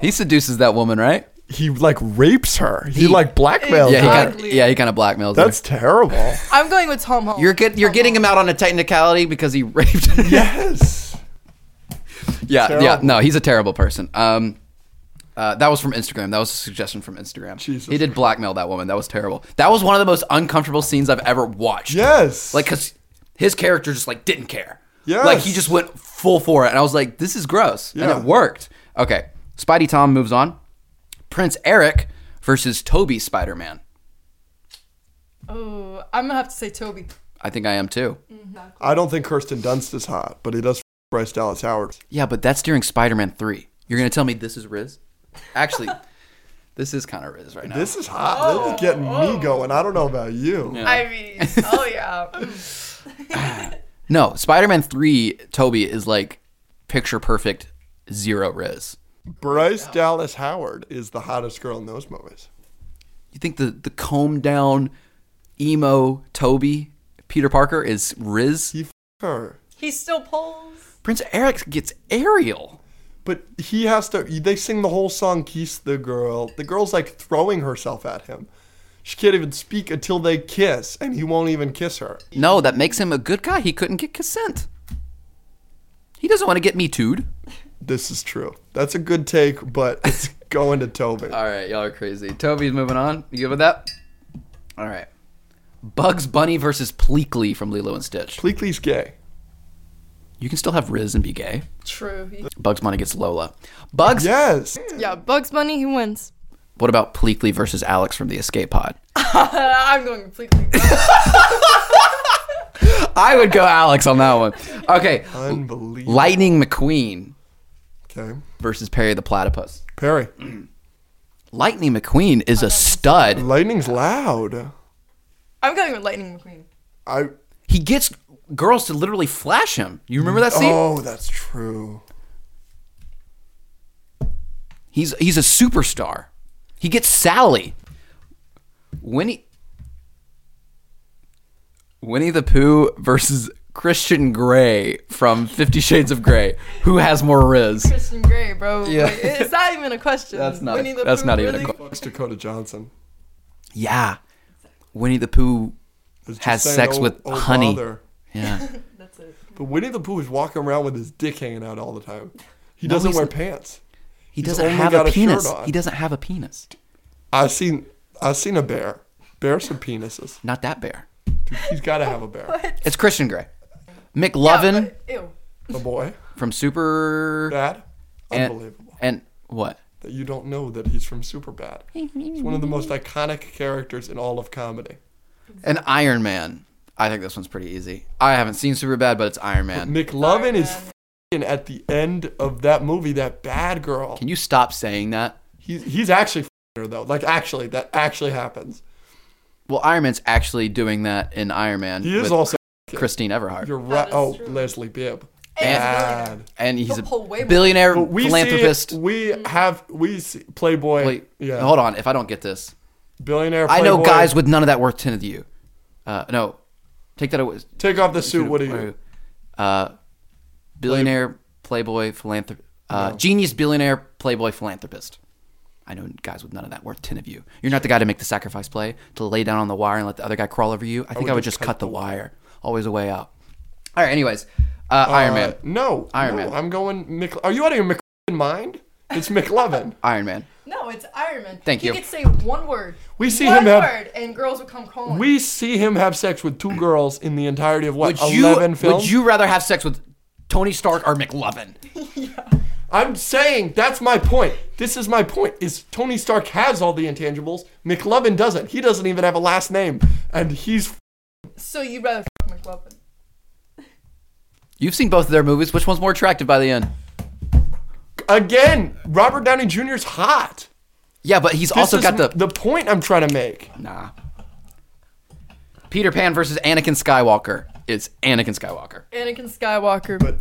S1: he seduces that woman, right?
S2: He like rapes her. He,
S1: He-
S2: like blackmails
S1: Yeah, he
S2: her.
S1: kind of,
S3: Exactly.
S1: yeah, he kind of blackmails
S2: That's
S1: her.
S2: [LAUGHS] terrible.
S3: [LAUGHS] I'm going with Tom Holland.
S1: You're get, you're
S3: Tom
S1: getting him
S3: Holland.
S1: out on a technicality because he [LAUGHS] raped.
S2: yes.
S1: yeah, yeah.
S2: Terrible.
S1: No, he's a terrible person. Um, uh, that was from Instagram. That was a suggestion from Instagram.
S2: Jesus
S1: He did blackmail that woman. That was terrible. That was one of the most uncomfortable scenes I've ever watched.
S2: Yes.
S1: like because his character just like didn't care.
S2: Yes.
S1: like he just went full for it, and I was like, "This is gross,"
S2: Yeah.
S1: and it worked. Okay, Spidey Tom moves on. Prince Eric versus Toby Spider Man.
S3: Oh, I'm gonna have to say Toby.
S1: I think I am too.
S2: I don't think Kirsten Dunst is hot, but he does f- Bryce Dallas Howard.
S1: Yeah, but that's during Spider Man Three. You're gonna tell me this is Riz? Actually, [LAUGHS] this is kind of Riz right now.
S2: This is hot. this is getting me going. I don't know about you.
S3: I mean, oh yeah.
S1: [LAUGHS] no, Spider Man Three. Toby is like picture perfect, zero Riz.
S2: Bryce Dallas Howard is the hottest girl in those movies.
S1: You think the the combed down emo Toby Peter Parker is Riz?
S2: Her.
S3: he still pulls.
S1: Prince Eric gets Ariel.
S2: But he has to. They sing the whole song "Kiss the Girl." The girl's like throwing herself at him. She can't even speak until they kiss, and he won't even kiss her.
S1: No, that makes him a good guy. He couldn't get consent. He doesn't want to get me tooed.
S2: This is true. That's a good take, but [LAUGHS] it's going to Tobin.
S1: All right, y'all are crazy. Toby's moving on. You good with that? All right. Bugs Bunny versus Pleakley from Lilo and Stitch.
S2: Pleakley's gay.
S1: You can still have Riz and be gay.
S3: True. He-
S1: Bugs Bunny gets Lola. Bugs.
S2: Yes.
S3: yeah, Bugs Bunny, he wins.
S1: What about Pleakley versus Alex from the Escape Pod?
S3: [LAUGHS] I'm going completely.
S1: I would go Alex on that one. Okay.
S2: Unbelievable.
S1: Lightning McQueen
S2: Okay.
S1: versus Perry the Platypus.
S2: Perry.
S1: Lightning McQueen is a stud.
S2: Lightning's loud.
S3: I'm going with Lightning McQueen.
S2: I.
S1: He gets girls to literally flash him. You remember that scene?
S2: Oh, that's true.
S1: He's he's a superstar. He gets Sally. Winnie Winnie the Pooh versus Christian Grey from Fifty Shades of Grey. Who has more Riz?
S3: Christian Grey, bro.
S1: Yeah. [LAUGHS]
S3: Like, it's not even a question.
S1: That's not
S3: Winnie the
S1: that's
S3: Pooh,
S1: not even
S3: really?
S1: a question.
S2: It's Dakota Johnson.
S1: Yeah. Winnie the Pooh
S2: I was just
S1: has
S2: saying,
S1: sex
S2: oh-
S1: with
S2: oh,
S1: honey.
S2: bother. [LAUGHS]
S1: Yeah.
S3: That's it.
S2: But Winnie the Pooh is walking around with his dick hanging out all the time. He
S1: No,
S2: doesn't
S1: he's
S2: wear
S1: not.
S2: pants.
S1: He
S2: He's
S1: doesn't
S2: only
S1: have a
S2: got a shirt
S1: penis.
S2: on.
S1: he doesn't have a penis.
S2: I've seen I've seen a bear. Bears have penises.
S1: Not that bear.
S2: Dude, he's got to have a bear.
S1: It's Christian Grey. McLovin
S3: Yeah, but- ew.
S2: A boy.
S1: from Super
S2: Bad.
S1: and-
S2: Unbelievable.
S1: and what?
S2: that you don't know that he's from Superbad. He's one of the most iconic characters in all of comedy.
S1: And Iron Man. I think this one's pretty easy. I haven't seen Superbad, but it's Iron Man.
S2: McLovin is
S3: Iron
S2: fing at the end of that movie, that bad girl.
S1: Can you stop saying that?
S2: He's, he's actually fing her though. Like actually, that actually happens.
S1: Well, Iron Man's actually doing that in Iron Man
S2: He is
S1: with
S2: also
S1: Christine Everhart,
S2: You're right.
S3: is
S2: Oh,
S3: true.
S2: Leslie Bibb.
S3: And-
S2: Bad.
S1: and he's
S3: He'll
S1: a
S3: pull way more.
S1: billionaire
S2: But we
S1: philanthropist.
S2: See, we have we see Playboy.
S1: Wait,
S2: yeah.
S1: hold on. If I don't get this,
S2: Billionaire.
S1: I know
S2: Playboy.
S1: guys with none of that worth ten of you. Uh, no, take that away.
S2: Take off the suit. What are you?
S1: Uh, billionaire, playboy, philanthropist, uh, genius, billionaire, playboy, philanthropist. I know guys with none of that worth ten of you. You're not the guy to make the sacrifice play to lay down on the wire and let the other guy crawl over you. I think I would, just cut, the wire. Always a way out. All right. Anyways, uh, Iron Man.
S2: Uh, no.
S1: Iron
S2: no,
S1: Man.
S2: I'm going. Mc, are you out of your Mc, mind? It's McLovin.
S1: Iron Man.
S3: No, it's Iron Man.
S1: Thank
S3: he
S1: you.
S3: could say one word.
S2: We see
S3: one
S2: him have-
S3: word, and girls would come crawling.
S2: we see him have sex with two girls in the entirety of what
S1: Would you?
S2: eleven films.
S1: Would you rather have sex with Tony Stark or McLovin?
S2: I'm saying that's my point. This is my point. Is Tony Stark has all the intangibles. McLovin doesn't. He doesn't even have a last name, and he's
S3: So you'd rather fuck McLovin.
S1: You've seen both of their movies. Which one's more attractive by the end?
S2: again Robert Downey Jr. is hot.
S1: Yeah, but he's
S2: This
S1: also
S2: is
S1: got the
S2: the point I'm trying to make.
S1: Nah. Peter Pan versus Anakin Skywalker. It's Anakin Skywalker.
S3: Anakin Skywalker.
S2: But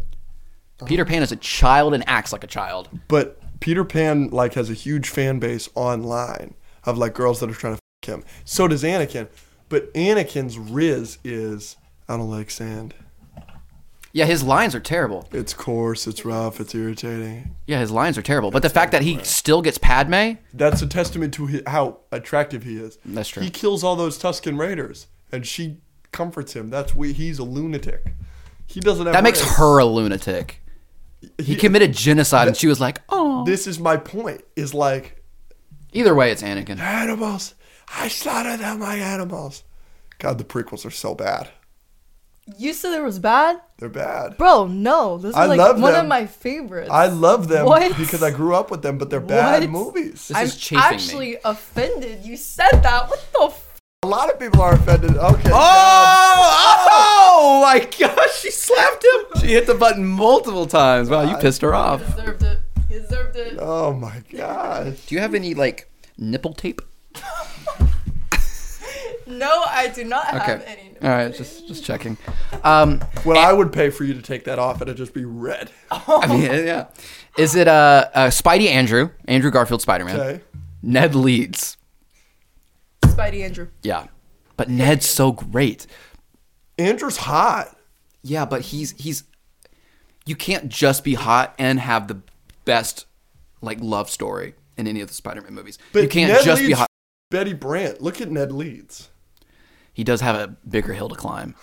S1: Peter Pan is a child and acts like a child.
S2: but Peter Pan like has a huge fan base online of like girls that are trying to f- him. So does Anakin, but Anakin's riz is I don't like sand.
S1: Yeah, his lines are terrible.
S2: It's coarse, it's rough, it's irritating.
S1: Yeah, his lines are terrible. But the fact that he still gets Padme,
S2: That's a testament to hi how attractive he is.
S1: That's true.
S2: He kills all those Tuscan Raiders, and she comforts him. That's we. He's a lunatic. He doesn't have.
S1: that makes
S2: riz.
S1: her a lunatic. He committed genocide and she was like, oh.
S2: This is my point. Is like
S1: Either way, it's Anakin.
S2: animals. I slaughtered them like animals. God, the prequels are so bad.
S3: you said it was bad,
S2: They're bad.
S3: bro. No, this is
S2: I
S3: like
S2: love
S3: one
S2: them.
S3: of my favorites.
S2: I love them
S3: What?
S2: because I grew up with them, but they're bad
S3: What?
S2: movies.
S1: This
S3: I'm
S1: is chafing me.
S3: actually offended. You said that. What the? F-
S2: A lot of people are offended. Okay.
S1: Oh, oh my gosh, she slapped him. She hit the button multiple times. Wow, you pissed her off.
S3: deserved it. He deserved it.
S2: Oh my gosh.
S1: Do you have any, like, nipple tape?
S3: No, I do not have any.
S1: All right, just just checking. Um,
S2: Well, I would pay for you to take that off and it'd just be red.
S1: I
S3: [LAUGHS]
S1: mean, yeah. Is it uh, uh Spidey Andrew, Andrew Garfield Spider Man,
S2: Okay.
S1: Ned Leeds?
S3: Spidey Andrew.
S1: Yeah, but Ned's so great.
S2: Andrew's hot.
S1: Yeah, but he's he's. You can't just be hot and have the best like love story in any of the Spider-Man movies.
S2: But
S1: you can't
S2: Ned
S1: just be
S2: Leeds-
S1: hot.
S2: Betty Brant. Look at Ned Leeds.
S1: He does have a bigger hill to climb.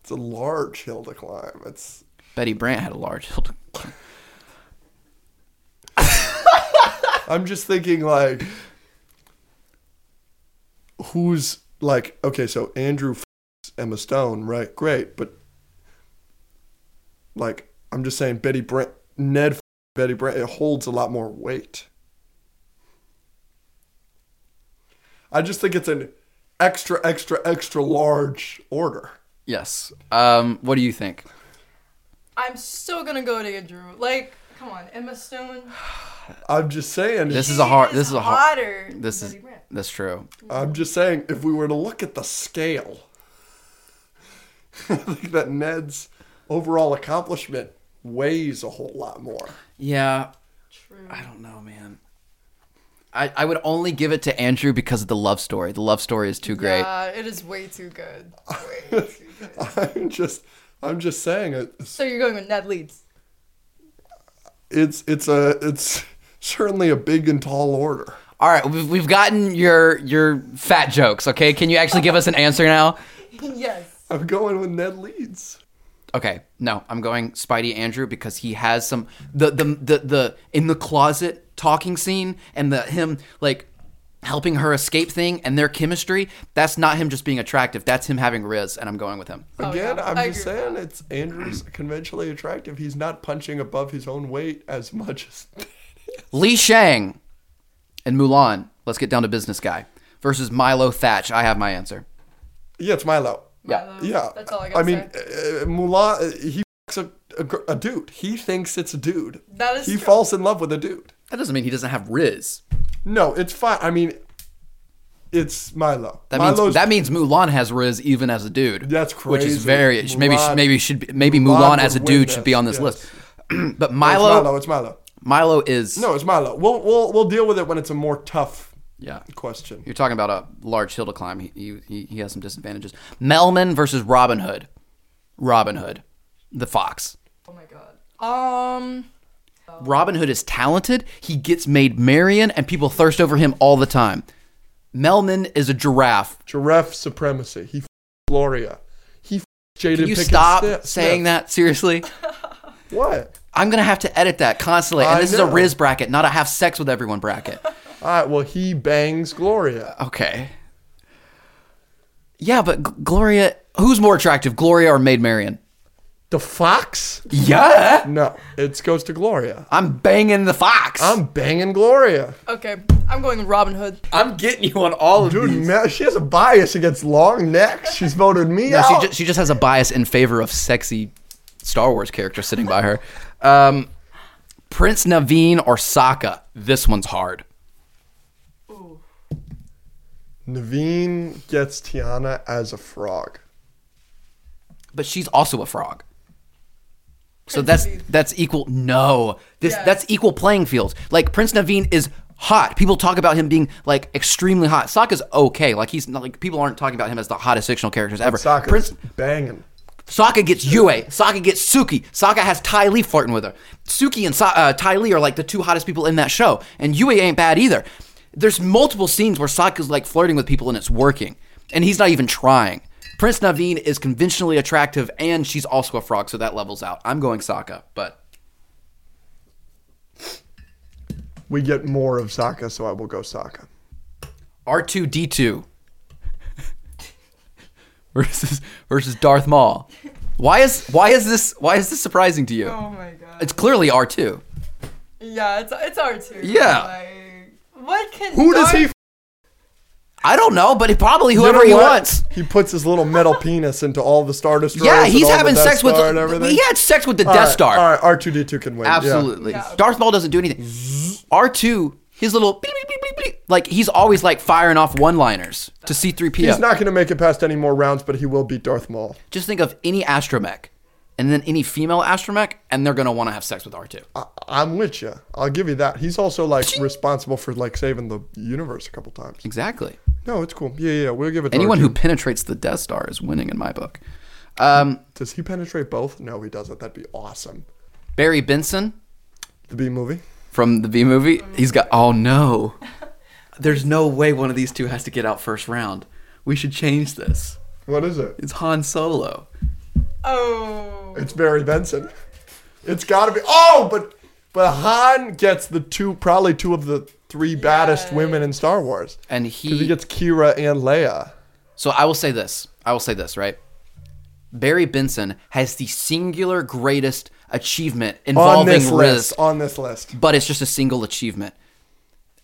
S2: It's a large hill to climb. It's
S1: Betty Brant had a large hill to climb.
S2: I'm just thinking like who's like okay, so Andrew f- Emma Stone, right? Great, but like I'm just saying Betty Brant Ned f- Betty Brant it holds a lot more weight. I just think it's an extra extra extra large order.
S1: Yes. Um, what do you think?
S3: I'm still gonna go to Andrew. Like, come on, Emma Stone.
S2: I'm just saying
S1: This
S3: She
S1: is a hard- this is a hard-
S3: hotter than
S1: This is
S3: Betty Brant.
S1: that's true.
S2: I'm just saying, if we were to look at the scale, [LAUGHS] I think that Ned's overall accomplishment weighs a whole lot more. [LAUGHS]
S1: Yeah,
S3: True.
S1: I don't know, man. I, I would only give it to Andrew because of the love story. The love story is too [SIGHS] great.
S3: Yeah, it is way too good.
S2: I'm just, I'm just saying it.
S3: so you're going with Ned Leeds.
S2: It's, it's a, it's certainly a big and tall order.
S1: All right, we've, we've gotten your your fat jokes. Okay, can you actually give us an answer now?
S3: [LAUGHS] yes.
S2: I'm going with Ned Leeds.
S1: Okay, no, I'm going Spidey Andrew because he has some the the the, the in the closet talking scene and the him like helping her escape thing and their chemistry. That's not him just being attractive. That's him having Riz, and I'm going with him.
S3: Oh,
S2: Again,
S3: yeah.
S2: I'm
S3: I
S2: just
S3: agree with
S2: saying it's Andrew's conventionally attractive. He's not punching above his own weight as much as
S1: Li Shang and Mulan. Let's get down to business guy versus Milo Thatch. I have my answer.
S2: Yeah, it's Milo.
S1: Yeah.
S3: Milo.
S2: Yeah.
S3: That's all I got.
S2: I mean, uh, Mulan, uh, he f***s a, a, gr- a dude. He thinks it's a dude.
S3: That is
S2: He
S3: true.
S2: falls in love with a dude.
S1: That doesn't mean he doesn't have Riz.
S2: No, it's fine. I mean, it's Milo.
S1: That
S2: Milo's,
S1: means that means Mulan has Riz even as a dude.
S2: That's
S1: Which is
S2: crazy.
S1: very it should- maybe
S2: Mulan-
S1: maybe should be, maybe
S2: Mulan
S1: Mulan as a
S2: would win
S1: dude should be
S2: this,
S1: on this
S2: yes.
S1: list. [CLEARS THROAT] but
S2: it's
S1: Milo,
S2: Milo.
S1: Milo
S2: It's Milo.
S1: is
S2: No, it's Milo. We'll we'll we'll deal with it when it's a more tough
S1: yeah.
S2: question.
S1: You're talking about a large hill to climb. He he, he- he has some disadvantages. Melman versus Robin Hood. Robin Hood, the fox.
S3: oh my god. Um.
S1: Robin Hood is talented. He gets made Marion, and people thirst over him all the time. Melman is a giraffe.
S2: Giraffe supremacy. He f- Gloria. He f- Jada
S1: Can you
S2: Pinkett
S1: stop
S2: Smith.
S1: saying that seriously?
S2: What?
S1: I'm gonna have to edit that constantly. And
S2: I
S1: this is a
S2: know.
S1: Riz bracket, not a have sex with everyone bracket.
S2: All right. Well, he bangs Gloria.
S1: Okay. Yeah, but G- Gloria, who's more attractive, Gloria or Maid Marian?
S2: The fox?
S1: Yeah,
S2: No, it goes to Gloria.
S1: I'm banging the fox.
S2: I'm banging Gloria.
S3: Okay. I'm going with Robin Hood.
S1: I'm getting you on all of
S2: Dude, ma- she has a bias against long necks. She's voted me
S1: No,
S2: out.
S1: she, ju- she just has a bias in favor of sexy Star Wars characters sitting by her. Um, Prince Naveen or Sokka? This one's hard.
S2: Naveen gets Tiana as a frog.
S1: but she's also a frog. So that's that's equal. No, this
S3: Yes.
S1: that's equal playing field. Like Prince Naveen is hot. People talk about him being like extremely hot. Sokka's okay. Like he's not like people aren't talking about him as the hottest fictional characters ever.
S2: Sokka's
S1: Prince
S2: banging.
S1: Sokka gets Yue. Sokka gets Suki. Sokka has Ty Lee flirting with her. Suki and so- uh, Ty Lee are like the two hottest people in that show, and Yue ain't bad either. There's multiple scenes where Sokka's like flirting with people and it's working, and he's not even trying. Prince Naveen is conventionally attractive, and she's also a frog, so that levels out. I'm going Sokka, but
S2: We get more of Sokka, so I will go Sokka.
S1: R2 D2 [LAUGHS] versus versus Darth Maul. Why is why is this why is this surprising to you?
S3: Oh my god.
S1: It's clearly R2.
S3: yeah. It's it's our two.
S1: Yeah.
S3: Like, what can?
S2: Who does he?
S3: Darth-
S2: F-
S1: I don't know, but it probably
S2: you
S1: whoever
S2: know
S1: he
S2: what?
S1: wants.
S2: He puts his little metal penis into all the Star Destroyers.
S1: Yeah,
S2: and
S1: he's
S2: all the
S1: having
S2: Death
S1: sex with.
S2: Star and everything.
S1: He had sex with the
S2: All
S1: Death
S2: right,
S1: Star.
S2: All right, R two D two can win. yeah.
S1: Absolutely.
S3: Yeah.
S1: Darth Maul doesn't do anything. R two, his little beep, beep, beep, beep, beep. like he's always like firing off one liners to C three PO.
S2: He's not going to make it past any more rounds, but he will beat Darth Maul.
S1: Just think of any astromech, and then any female astromech, and they're gonna want to have sex with R two.
S2: I, I'm with you. I'll give you that. He's also like responsible for like saving the universe a couple times.
S1: Exactly.
S2: No, it's cool. Yeah, yeah, yeah, we'll give it. to
S1: Anyone who
S2: Arjun.
S1: penetrates the Death Star is winning in my book. Um,
S2: does he penetrate both? No, he doesn't. That'd be awesome.
S1: Barry Benson
S2: The B movie.
S1: from the B movie. He's got. Oh no, [LAUGHS] there's no way one of these two has to get out first round. We should change this.
S2: What is it?
S1: It's Han Solo.
S3: Oh.
S2: It's Barry Benson. It's got to be. Oh, but but Han gets the two, probably two of the three baddest women in Star Wars.
S1: And
S2: 'Cause he gets Kira and Leia.
S1: So I will say this. I will say this, right? Barry Benson has the singular greatest achievement
S2: On
S1: involving
S2: this
S1: Riz,
S2: list. On this list.
S1: but it's just a single achievement.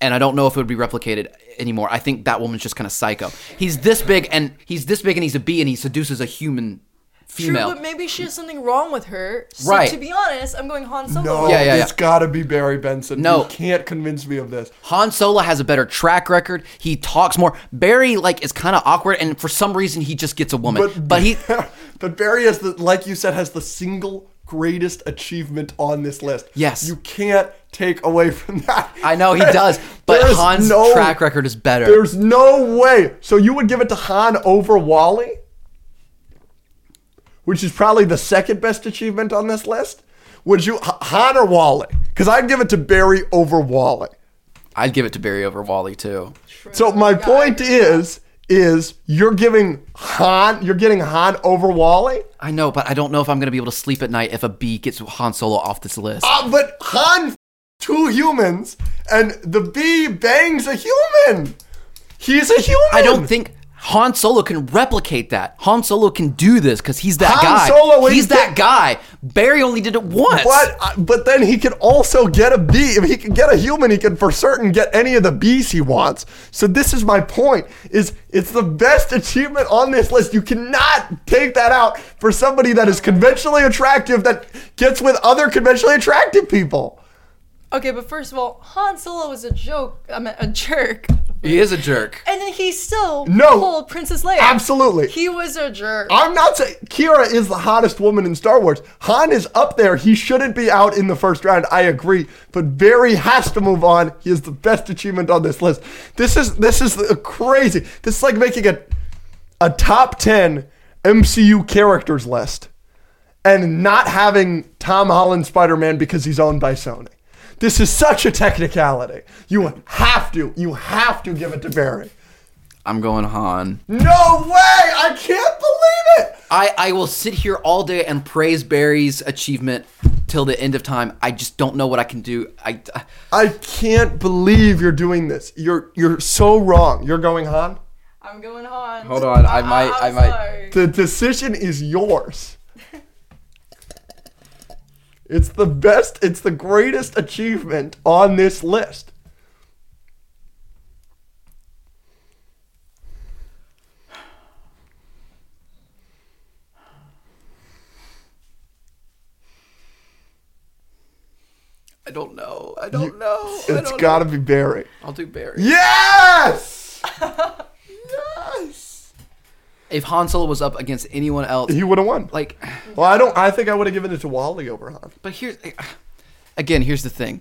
S1: And I don't know if it would be replicated anymore. I think that woman's just kind of psycho. He's this big and he's this big and he's a bee and he seduces a human
S3: True,
S1: female.
S3: but maybe she has something wrong with her. So
S1: Right.
S3: to be honest, I'm going Han Solo.
S2: No,
S1: Yeah, yeah,
S2: it's
S1: yeah.
S2: got to be Barry Benson.
S1: No.
S2: You can't convince me of this.
S1: Han Solo has a better track record. He talks more. Barry like is kind of awkward and for some reason he just gets a woman. But, he
S2: [LAUGHS] but Barry has the, like you said, has the single greatest achievement on this list.
S1: Yes.
S2: you can't take away from that.
S1: I know he
S2: [LAUGHS]
S1: does, but
S2: There's
S1: Han's
S2: no-
S1: track record is better.
S2: There's no way. So you would give it to Han over Wally, which is probably the second best achievement on this list. Would you H- Han or Wally? Because I'd give it to Barry over Wally.
S1: I'd give it to Barry over Wally too.
S2: So my point is, is you're giving Han, you're getting Han over Wally.
S1: I know, but I don't know if I'm going to be able to sleep at night if a bee gets Han Solo off this list.
S2: Uh, but Han f- two humans, and the bee bangs a human. He's a human.
S1: I don't think Han Solo can replicate that. Han Solo can do this because he's that
S2: Han
S1: guy.
S2: Solo is
S1: he's
S2: the-
S1: that guy. Barry only did it once.
S2: But uh, but then he can also get a bee. If he can get a human, he can for certain get any of the bees he wants. So this is my point: is it's the best achievement on this list. You cannot take that out for somebody that is conventionally attractive that gets with other conventionally attractive people.
S3: Okay, but first of all, Han Solo was a joke. I mean, a jerk.
S1: He is a jerk.
S3: And then he still
S2: No.
S3: pulled Princess Leia.
S2: Absolutely.
S3: He was a jerk.
S1: Ah.
S2: I'm not saying Kira is the hottest woman in Star Wars. Han is up there. He shouldn't be out in the first round. I agree, but Barry has to move on. He is the best achievement on this list. This is this is the- crazy. This is like making a a top ten MCU characters list and not having Tom Holland Spider Man because he's owned by Sony. This is such a technicality. You have to. You have to give it to Barry.
S1: I'm going Han.
S2: No way! I can't believe it.
S1: I, I will sit here all day and praise Barry's achievement till the end of time. I just don't know what I can do. I,
S2: I can't believe you're doing this. You're you're so wrong. You're going Han.
S3: I'm going Han.
S1: Hold on, I
S3: I'm
S1: might- I might-
S3: sorry.
S2: The decision
S1: [LAUGHS]
S2: is yours. It's the best, it's the greatest achievement on this list.
S1: I don't know. Oh, I don't know.
S2: It's got to be Barry.
S1: I'll do Barry.
S2: Yes! yes!
S1: If Han Solo was up against anyone else,
S2: He would have won.
S1: like.
S2: Well, I don't I think I would have given it to Wally over Han.
S1: But here's again, here's the thing.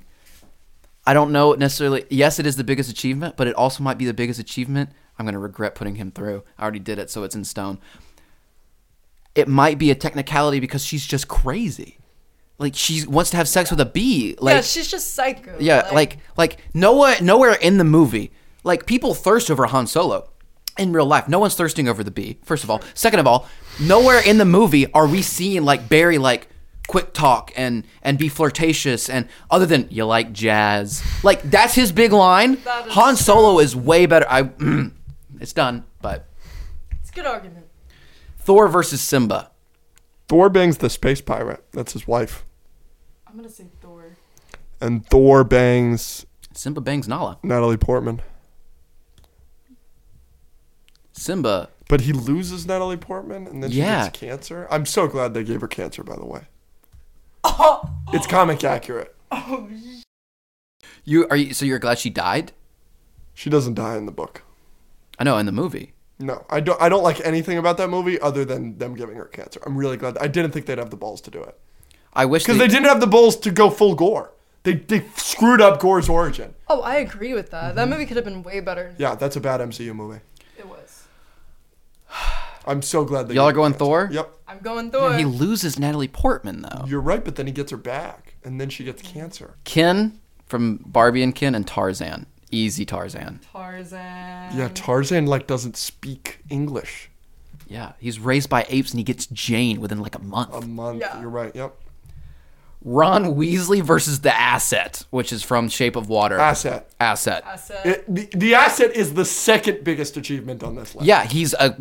S1: I don't know necessarily. Yes, it is the biggest achievement, but it also might be the biggest achievement. I'm going to regret putting him through. I already did it, so it's in stone. It might be a technicality because she's just crazy. Like she wants to have sex with a bee. Like
S3: yeah, she's just psycho.
S1: yeah, like like nowhere nowhere in the movie, like people thirst over Han Solo. In real life, no one's thirsting over the bee. First of all, second of all, nowhere in the movie are we seeing like Barry like quick talk and and be flirtatious and other than you like jazz. Like that's his big line.
S3: That is
S1: Han Solo is way better. I [CLEARS THROAT] it's done, but
S3: it's a good argument.
S1: Thor versus Simba.
S2: Thor bangs the space pirate. That's his wife.
S3: I'm gonna say Thor.
S2: And Thor bangs
S1: Simba bangs Nala.
S2: Natalie Portman.
S1: Simba
S2: But he loses Natalie Portman and then she
S1: Yeah.
S2: gets cancer. I'm so glad they gave her cancer, by the way. It's comic accurate.
S1: you are you so you're glad she died?
S2: She doesn't die in the book.
S1: I know in the movie.
S2: No, I don't. I don't like anything about that movie other than them giving her cancer. I'm really glad. I didn't think they'd have the balls to do it
S1: I wish
S2: because they didn't have the balls to go full gore. They they screwed up Gore's origin.
S3: Oh, I agree with that.
S2: Mm-hmm.
S3: That movie could have been way better.
S2: Yeah, that's a bad MCU movie.
S3: It was.
S2: I'm so glad they.
S1: Y'all
S2: gave
S1: are going
S2: her cancer.
S1: Thor?
S2: Yep,
S3: I'm going Thor.
S1: He loses Natalie Portman though.
S2: you're right. But then he gets her back. and then she gets cancer.
S1: Ken from Barbie and Ken and Tarzan. Easy Tarzan.
S3: Tarzan.
S2: Yeah, Tarzan like doesn't speak English.
S1: Yeah, he's raised by apes and he gets Jane within like a month.
S2: A month.
S3: Yeah.
S2: You're right. Yep.
S1: Ron Weasley versus the Asset, which is from Shape of Water.
S2: Asset.
S1: Asset.
S3: Asset.
S2: It, the, the asset is the second biggest achievement on this list.
S1: Yeah, he's a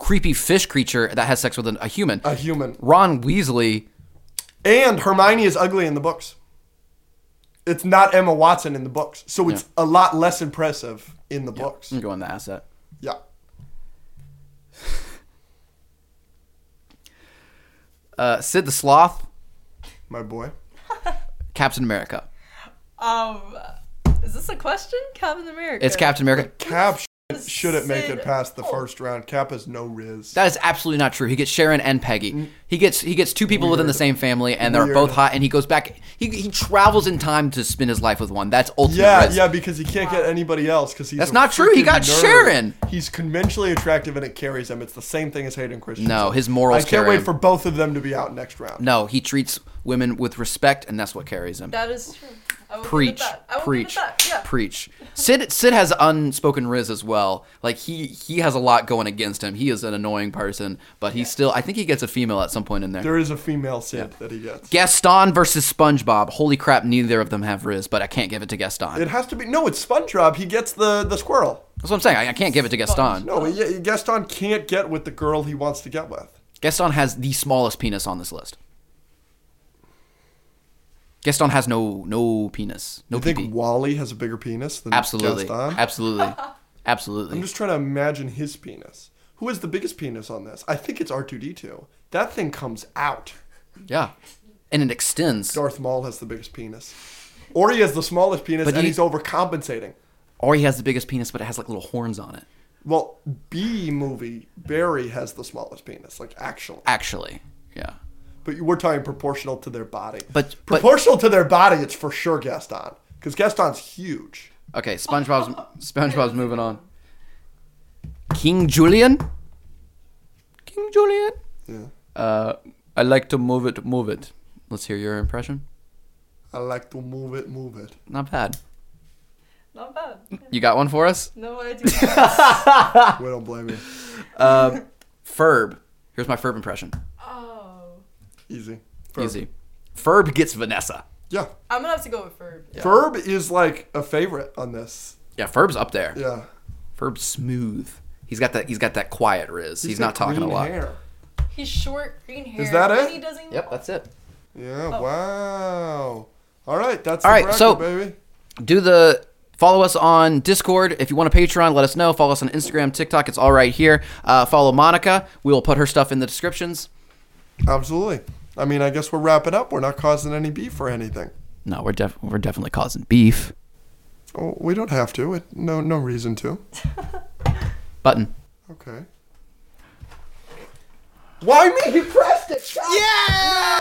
S1: creepy fish creature that has sex with an, a human.
S2: A human.
S1: Ron Weasley.
S2: And Hermione is ugly in the books. It's not Emma Watson in the books. So it's a lot less impressive in the books.
S1: I'm going the Asset.
S2: Yeah.
S1: Uh, Sid the Sloth,
S2: My boy.
S1: Captain America.
S3: Um, is this a question? Captain America.
S1: It's Captain America.
S2: Cap sh- shouldn't make it
S3: Sid-
S2: past the first round. Cap has no riz.
S1: That is absolutely not true. He gets Sharon and Peggy. He gets he gets two people within the same family, and they're
S2: Mm. Weird.
S1: both hot. And he goes back. He, he travels in time to spend his life with one. That's ultimate.
S2: yeah,
S1: risk.
S2: yeah, because he can't get anybody else because he's
S1: That's
S2: a
S1: not true. He
S2: freaking
S1: got
S2: nerd.
S1: Sharon.
S2: He's conventionally attractive and it carries him. It's the same thing as Hayden Christensen.
S1: No, his morals
S2: I can't
S1: carry
S2: wait
S1: him.
S2: for both of them to be out next round.
S1: No, he treats women with respect, and that's what carries him.
S3: That is true. I will give it
S1: preach,
S3: that. I will give it
S1: preach,
S3: that, Yeah.
S1: preach. Sid Sid has unspoken riz as well. Like he he has a lot going against him. He is an annoying person, but he still I think he gets a female at some point in there.
S2: There is a female Sid that he gets.
S1: Gaston versus SpongeBob. Holy crap, neither of them have riz, but I can't give it to Gaston.
S2: It has to be. No, it's SpongeBob. He gets the, the squirrel.
S1: that's what I'm saying. I, I can't give it to Gaston.
S2: No, he- Gaston can't get with the girl he wants to get with.
S1: Gaston has the smallest penis on this list. Gaston has no no penis. No
S2: You think
S1: pee-pee.
S2: Wally has a bigger penis than
S1: Absolutely.
S2: Gaston?
S1: Absolutely. Absolutely.
S2: I'm just trying to imagine his penis. Who is the biggest penis on this? I think it's R2D2. That thing comes out.
S1: Yeah. And it extends.
S2: Darth Maul has the biggest penis. Or he has the smallest penis
S1: But
S2: and
S1: he-
S2: he's overcompensating.
S1: Or he has the biggest penis, but it has like little horns on it.
S2: Well, B movie, Barry has the smallest penis, like actually.
S1: Actually. Yeah.
S2: But you- we're talking proportional to their body.
S1: But- but-
S2: proportional to their body, it's for sure Gaston. Because Gaston's huge.
S1: Okay, SpongeBob's SpongeBob's moving on. King Julian? King Julian?
S2: Yeah.
S1: Uh I like to move it, move it. Let's hear your impression.
S2: I like to move it, move it.
S1: Not bad.
S3: Not [LAUGHS] bad.
S1: You got one for us?
S3: No idea.
S1: Ah.
S2: We don't blame you.
S1: Uh, Ferb. Here's my Ferb impression.
S3: oh.
S2: Easy.
S1: Easy. Ferb gets Vanessa.
S2: Yeah.
S3: I'm gonna have to go with Ferb.
S2: Ferb is like a favorite on this.
S1: Yeah, Ferb's up there.
S2: Yeah.
S1: Ferb's smooth. He's got that. He's got that quiet riz. He's, not
S2: got
S1: talking a
S2: green
S1: lot.
S2: hair.
S3: He's short, green hair.
S2: Is that
S3: and
S2: it?
S3: He doesn't.
S1: Yep, that's it.
S2: Yeah. Wow. All right. That's
S1: All
S2: the
S1: right,
S2: bracket,
S1: so-
S2: baby.
S1: do the follow us on discord if you want a patreon let us know follow us on instagram tiktok it's all right here uh, follow monica we will put her stuff in the descriptions
S2: Absolutely. I mean, I guess we're wrapping up. We're not causing any beef or anything.
S1: no we're, def- we're definitely causing beef
S2: Oh, we don't have to. It, no, no reason to.
S1: button
S2: Okay. Why me? He pressed it. God.
S1: yeah